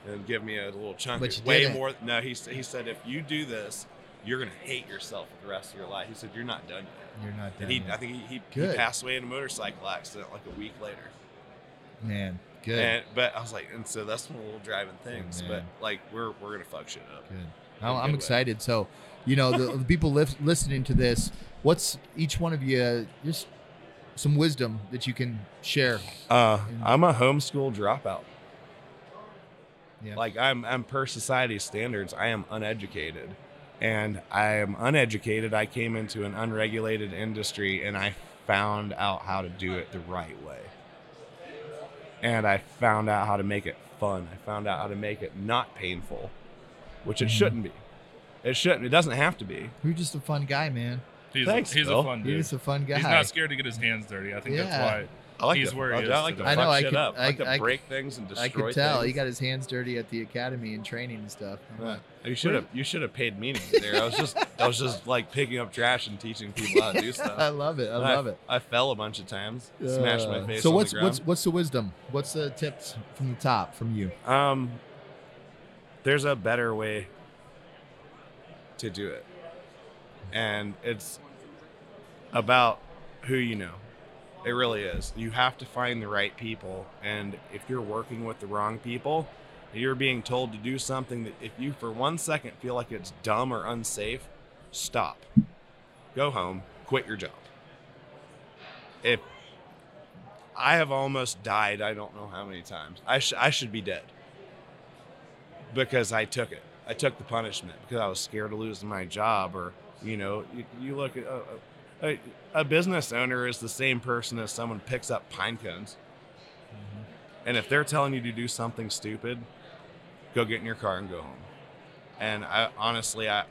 Speaker 4: and give me a little chunk.
Speaker 1: But
Speaker 4: It's
Speaker 1: you
Speaker 4: way
Speaker 1: didn't.
Speaker 4: more. No, he s- he said if you do this, you're going to hate yourself for the rest of your life. He said you're not done yet.
Speaker 1: you're not done.
Speaker 4: And he, I
Speaker 1: yet.
Speaker 4: think he, he, he
Speaker 1: Good.
Speaker 4: passed away in a motorcycle accident like a week later.
Speaker 1: man, good,
Speaker 4: And but I was like, and so that's one of the little driving things.
Speaker 1: man.
Speaker 4: but like we're we're gonna fuck shit up.
Speaker 1: good.
Speaker 4: a
Speaker 1: I'm,
Speaker 4: good
Speaker 1: I'm
Speaker 4: way.
Speaker 1: excited. So, you know, the, the people li- listening to this, what's each one of you uh, just some wisdom that you can share?
Speaker 4: Uh,
Speaker 1: Yeah.
Speaker 4: I'm a homeschool dropout.
Speaker 1: Yeah.
Speaker 4: Like I'm, I'm per society standards. I am uneducated, and I am uneducated. I came into an unregulated industry, and I found out how to do it the right way, and I found out how to make it fun. I found out how to make it not painful, which it
Speaker 1: Mhm.
Speaker 4: shouldn't be. It shouldn't. It doesn't have to be.
Speaker 1: You're just a fun guy, man.
Speaker 5: He's,
Speaker 4: Thanks,
Speaker 5: a, he's a
Speaker 4: Bill.
Speaker 5: fun
Speaker 1: You're
Speaker 5: dude.
Speaker 1: just a fun guy.
Speaker 5: He's not scared to get his hands dirty. I think
Speaker 1: Yeah.
Speaker 5: that's
Speaker 4: I like
Speaker 5: He's
Speaker 4: to,
Speaker 5: where he
Speaker 4: I,
Speaker 5: is
Speaker 4: I like to
Speaker 5: today.
Speaker 1: I
Speaker 4: fuck
Speaker 1: know, I
Speaker 4: shit
Speaker 1: could-
Speaker 4: up. I, like
Speaker 1: I-
Speaker 4: to
Speaker 1: I-
Speaker 4: break things and destroy
Speaker 1: I could tell
Speaker 4: things.
Speaker 1: he got his hands dirty at the academy and training and stuff. I'm
Speaker 4: Yeah.
Speaker 1: like,
Speaker 4: You should have you should have paid me to be there. I was just I was just like picking up trash and teaching people how to do
Speaker 1: I
Speaker 4: stuff.
Speaker 1: love it. I love it.
Speaker 4: I fell a bunch of times, smashed my
Speaker 1: Uh,
Speaker 4: face.
Speaker 1: So
Speaker 4: on
Speaker 1: what's
Speaker 4: the
Speaker 1: what's
Speaker 4: ground.
Speaker 1: what's the wisdom? What's the tips from the top from you?
Speaker 4: um? There's a better way to do it, and it's about who you know. It really is. You have to find the right people, and if you're working with the wrong people, you're being told to do something that if you for one second feel like it's dumb or unsafe, stop. Go home, quit your job. If I have almost died, I don't know how many times. I, sh- I should be dead because I took it. I took the punishment because I was scared of losing my job. Or, you know, you, you look at a, a, a business owner is the same person as someone picks up pine cones. And if they're telling you to do something stupid, go get in your car and go home. And I honestly, I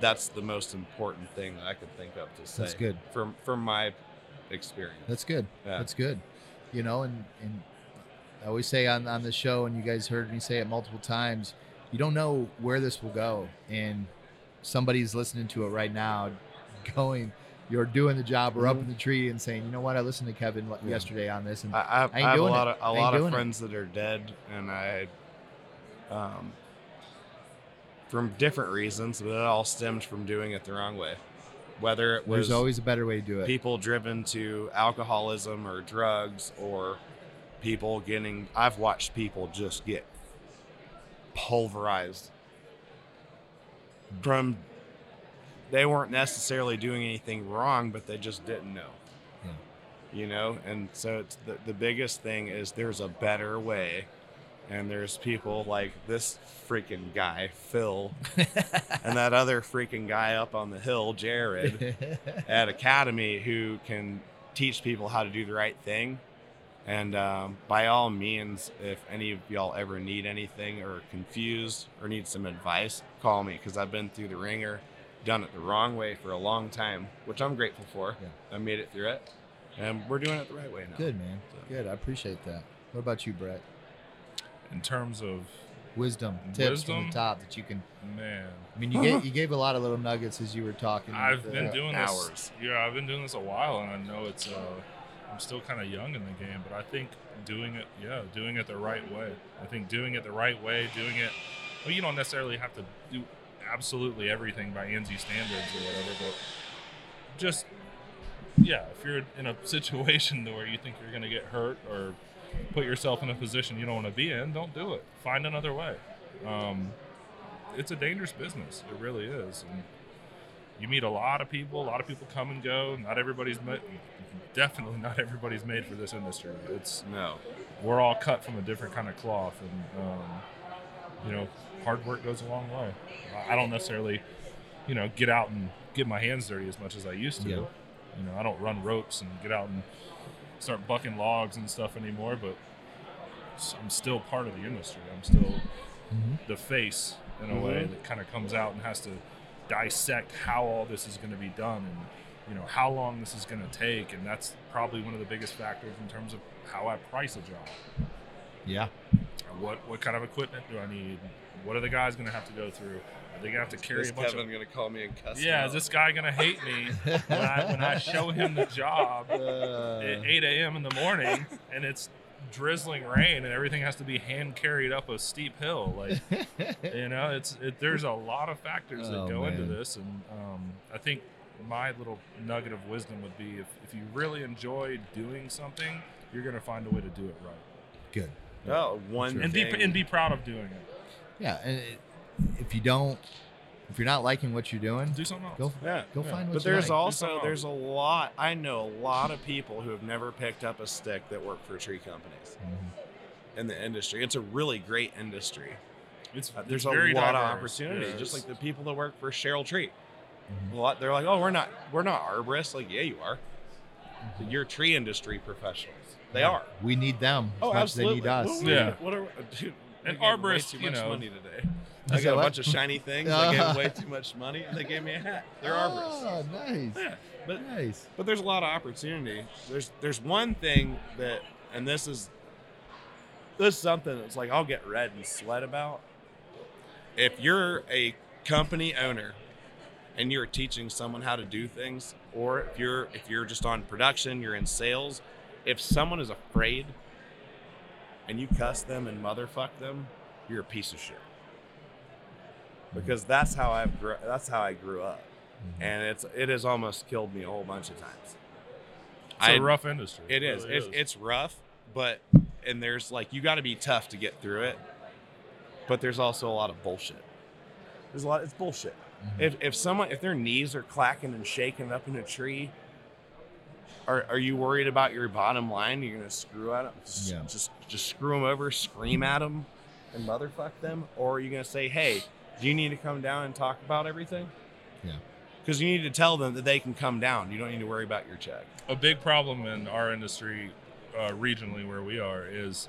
Speaker 4: that's the most important thing that I can think of to say
Speaker 1: That's good.
Speaker 4: from from my experience.
Speaker 1: That's good.
Speaker 4: Yeah.
Speaker 1: That's good. You know, and and I always say on on the show, and you guys heard me say it multiple times. You don't know where this will go, and somebody's listening to it right now, going, "You're doing the job." We're up
Speaker 4: Mhm.
Speaker 1: in the tree and saying, "You know what? I listened to Kevin le-
Speaker 4: Yeah.
Speaker 1: yesterday on this, and
Speaker 4: I, I, I
Speaker 1: ain't
Speaker 4: have a
Speaker 1: doing
Speaker 4: lot
Speaker 1: it.
Speaker 4: of
Speaker 1: I
Speaker 4: a
Speaker 1: ain't
Speaker 4: lot
Speaker 1: doing
Speaker 4: of
Speaker 1: it.
Speaker 4: friends that are dead, and I, um, from different reasons, but it all stemmed from doing it the wrong way. Whether it was
Speaker 1: there's always a better way to do it."
Speaker 4: people driven to alcoholism or drugs, or people getting, I've watched people just get pulverized from. They weren't necessarily doing anything wrong, but they just didn't know
Speaker 1: Hmm.
Speaker 4: you know and so it's the, the biggest thing is there's a better way and there's people like this freaking guy phil and that other freaking guy up on the hill jared at academy who can teach people how to do the right thing and um, by all means if any of y'all ever need anything or are confused or need some advice call me because i've been through the ringer done it the wrong way for a long time which i'm grateful for
Speaker 1: Yeah.
Speaker 4: i made it through it and we're doing it the right way now
Speaker 1: good man.
Speaker 4: So-
Speaker 1: Good. I appreciate that. What about you, Brett?
Speaker 5: why. In terms of
Speaker 1: Wisdom tips from the
Speaker 5: Wisdom?
Speaker 1: top that you can.
Speaker 5: man,
Speaker 1: I mean, you gave, you gave a lot of little nuggets as you were talking.
Speaker 5: I've
Speaker 1: with,
Speaker 5: been
Speaker 1: uh,
Speaker 5: doing
Speaker 4: hours.
Speaker 5: this. Yeah, I've been doing this a while, and I know it's. Uh, I'm still kind of young in the game, but I think doing it, yeah, doing it the right way. I think doing it the right way, doing it. Well, you don't necessarily have to do absolutely everything by NZ standards or whatever, but just yeah, if you're in a situation where you think you're going to get hurt or put yourself in a position you don't want to be in, don't do it. Find another way. Um, it's a dangerous business. It really is. And you meet a lot of people. A lot of people come and go. Not everybody's ma- definitely not everybody's made for this industry. It's
Speaker 4: no
Speaker 5: we're all cut from a different kind of cloth, and um, you know, hard work goes a long way. I- I don't necessarily, you know, get out and get my hands dirty as much as I used to.
Speaker 1: Yeah.
Speaker 5: You know, I don't run ropes and get out and start bucking logs and stuff anymore. But s- I'm still part of the industry. I'm still
Speaker 1: Mhm.
Speaker 5: the face in a
Speaker 4: Mhm.
Speaker 5: way that kind of comes out and has to dissect how all this is going to be done and you know how long this is going to take and that's probably one of the biggest factors in terms of how i price a job
Speaker 1: Yeah.
Speaker 5: what what kind of equipment do I need? What are the guys going to have to go through? Are they going to have to carry
Speaker 4: is
Speaker 5: a bunch
Speaker 4: kevin gonna call me and cuss
Speaker 5: of? Yeah,
Speaker 4: me
Speaker 5: is
Speaker 4: out?
Speaker 5: this guy going to hate me when I when I show him the job
Speaker 1: Uh,
Speaker 5: at 8 a.m. in the morning and it's drizzling rain and everything has to be hand carried up a steep hill? Like you know, it's it, there's a lot of factors
Speaker 1: Oh,
Speaker 5: that go into
Speaker 1: man.
Speaker 5: this, and um, I think my little nugget of wisdom would be if, if you really enjoy doing something, you're going to find a way to do it right,
Speaker 1: good.
Speaker 4: oh one
Speaker 5: and be
Speaker 4: thing.
Speaker 5: and be proud of doing it.
Speaker 1: Yeah, and it, if you don't, if you're not liking what you're doing,
Speaker 5: Do something else.
Speaker 1: go
Speaker 4: yeah
Speaker 1: go
Speaker 5: Yeah.
Speaker 1: find what
Speaker 4: But
Speaker 1: you
Speaker 4: there's
Speaker 1: like.
Speaker 4: also
Speaker 5: There's
Speaker 4: there's a lot I know a lot of people who have never picked up a stick that work for tree companies
Speaker 1: Mhm.
Speaker 4: in the industry. It's a really great industry.
Speaker 5: It's
Speaker 4: Uh,
Speaker 5: it's
Speaker 4: There's a
Speaker 5: very
Speaker 4: lot
Speaker 5: diverse.
Speaker 4: of opportunity.
Speaker 5: Yes.
Speaker 4: Just like the people that work for Cheryl Tree,
Speaker 1: Mhm.
Speaker 4: a lot they're like, oh, we're not we're not arborists. Like, yeah, you are. You're tree industry professionals. They
Speaker 1: Yeah.
Speaker 4: are.
Speaker 1: We need them as
Speaker 4: oh,
Speaker 1: much
Speaker 4: absolutely.
Speaker 1: as they need us.
Speaker 4: What, are we-
Speaker 5: Yeah.
Speaker 4: what are dude, They gave
Speaker 5: And
Speaker 4: me
Speaker 5: arborist,
Speaker 4: way too
Speaker 5: you
Speaker 4: much
Speaker 5: know.
Speaker 4: money today.
Speaker 1: You
Speaker 4: I
Speaker 1: said
Speaker 4: got a
Speaker 1: what?
Speaker 4: bunch of shiny things. I gave way too much money, and they gave me a hat. They're arborists.
Speaker 1: Oh, nice.
Speaker 4: Yeah, but-
Speaker 1: nice.
Speaker 4: But there's a lot of opportunity. There's there's one thing that, and this is this is something that's like I'll get red and sweat about. If you're a company owner and you're teaching someone how to do things, or if you're if you're just on production, you're in sales, if someone is afraid and you cuss them and motherfuck them, you're a piece of shit. Because that's how I've gr- that's how I grew up and it's it has almost killed me a whole bunch of times.
Speaker 5: It's a rough industry.
Speaker 4: It is.
Speaker 5: really
Speaker 4: It's, it's rough, but and there's like you got to be tough to get through it. But there's also a lot of bullshit. There's a lot. It's bullshit.
Speaker 1: Mhm.
Speaker 4: If if someone if their knees are clacking and shaking up in a tree, are are you worried about your bottom line? You're gonna screw at them.
Speaker 1: Yeah.
Speaker 4: Just just screw them over, scream at them, and motherfuck them. Or are you gonna say, hey, do you need to come down and talk about everything?
Speaker 1: Yeah.
Speaker 4: Because you need to tell them that they can come down. You don't need to worry about your check.
Speaker 5: a big problem in our industry, uh, regionally where we are, is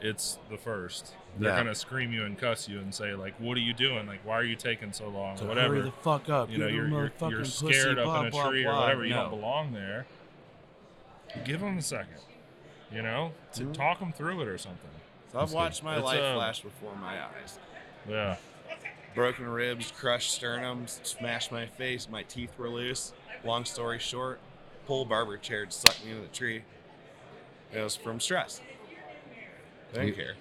Speaker 5: it's the first. They're
Speaker 4: Yeah.
Speaker 5: gonna scream you and cuss you and say like, "What are you doing? Like, why are you taking so long?
Speaker 6: So
Speaker 5: whatever."
Speaker 6: hurry the fuck up.
Speaker 5: you know,
Speaker 6: give
Speaker 5: you're
Speaker 6: them a
Speaker 5: you're,
Speaker 6: fucking
Speaker 5: you're
Speaker 6: pussy,
Speaker 5: scared
Speaker 6: blah,
Speaker 5: up in a
Speaker 6: blah,
Speaker 5: tree
Speaker 6: blah.
Speaker 5: or whatever. You
Speaker 6: No.
Speaker 5: don't belong there. Give them a second. You know, to
Speaker 4: Mhm.
Speaker 5: talk them through it or something.
Speaker 4: So I've watched my
Speaker 5: It's,
Speaker 4: life
Speaker 5: um,
Speaker 4: flash before my eyes.
Speaker 5: Yeah.
Speaker 4: Broken ribs, crushed sternums, smashed my face, my teeth were loose. Long story short, pull barber chair and sucked me into the tree. It was from stress. I didn't care.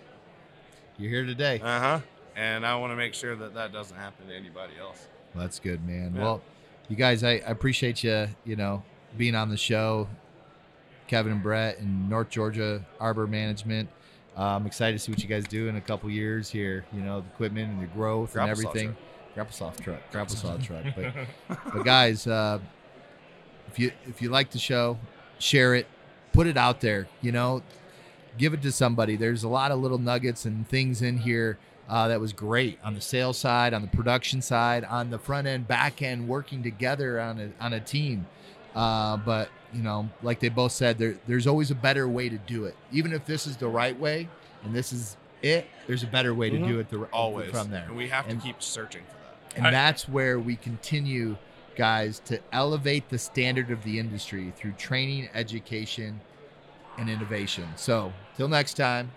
Speaker 1: You're here today.
Speaker 4: Uh huh. And I want to make sure that that doesn't happen to anybody else.
Speaker 1: Well, that's good, man.
Speaker 4: Yeah.
Speaker 1: Well, you guys, I, I appreciate you, you know, being on the show, Kevin and Brett and North Georgia Arbor Management. Uh, I'm excited to see what you guys do in a couple years here. You know, the equipment and the growth
Speaker 4: Grapple
Speaker 1: and
Speaker 4: saw
Speaker 1: everything. Grapple soft truck, grapple soft truck. But, but guys, uh, if you if you like the show, share it, put it out there. You know, give it to somebody. There's a lot of little nuggets and things in here uh, that was great on the sales side, on the production side, on the front end, back end, working together on a, on a team. Uh, but you know, like they both said, there, there's always a better way to do it. Even if this is the right way and this is it, there's a better way to do it. The,
Speaker 4: Mm-hmm. Always.
Speaker 1: from there,
Speaker 4: And we have
Speaker 1: And-
Speaker 4: to keep searching for that.
Speaker 1: and
Speaker 5: I-
Speaker 1: that's where we continue, guys, to elevate the standard of the industry through training, education, and innovation. So, till next time,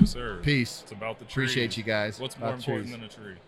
Speaker 5: Yes, sir.
Speaker 1: peace.
Speaker 5: It's about the tree.
Speaker 1: Appreciate you guys.
Speaker 5: What's
Speaker 1: About
Speaker 5: more important
Speaker 1: trees.
Speaker 5: than a tree?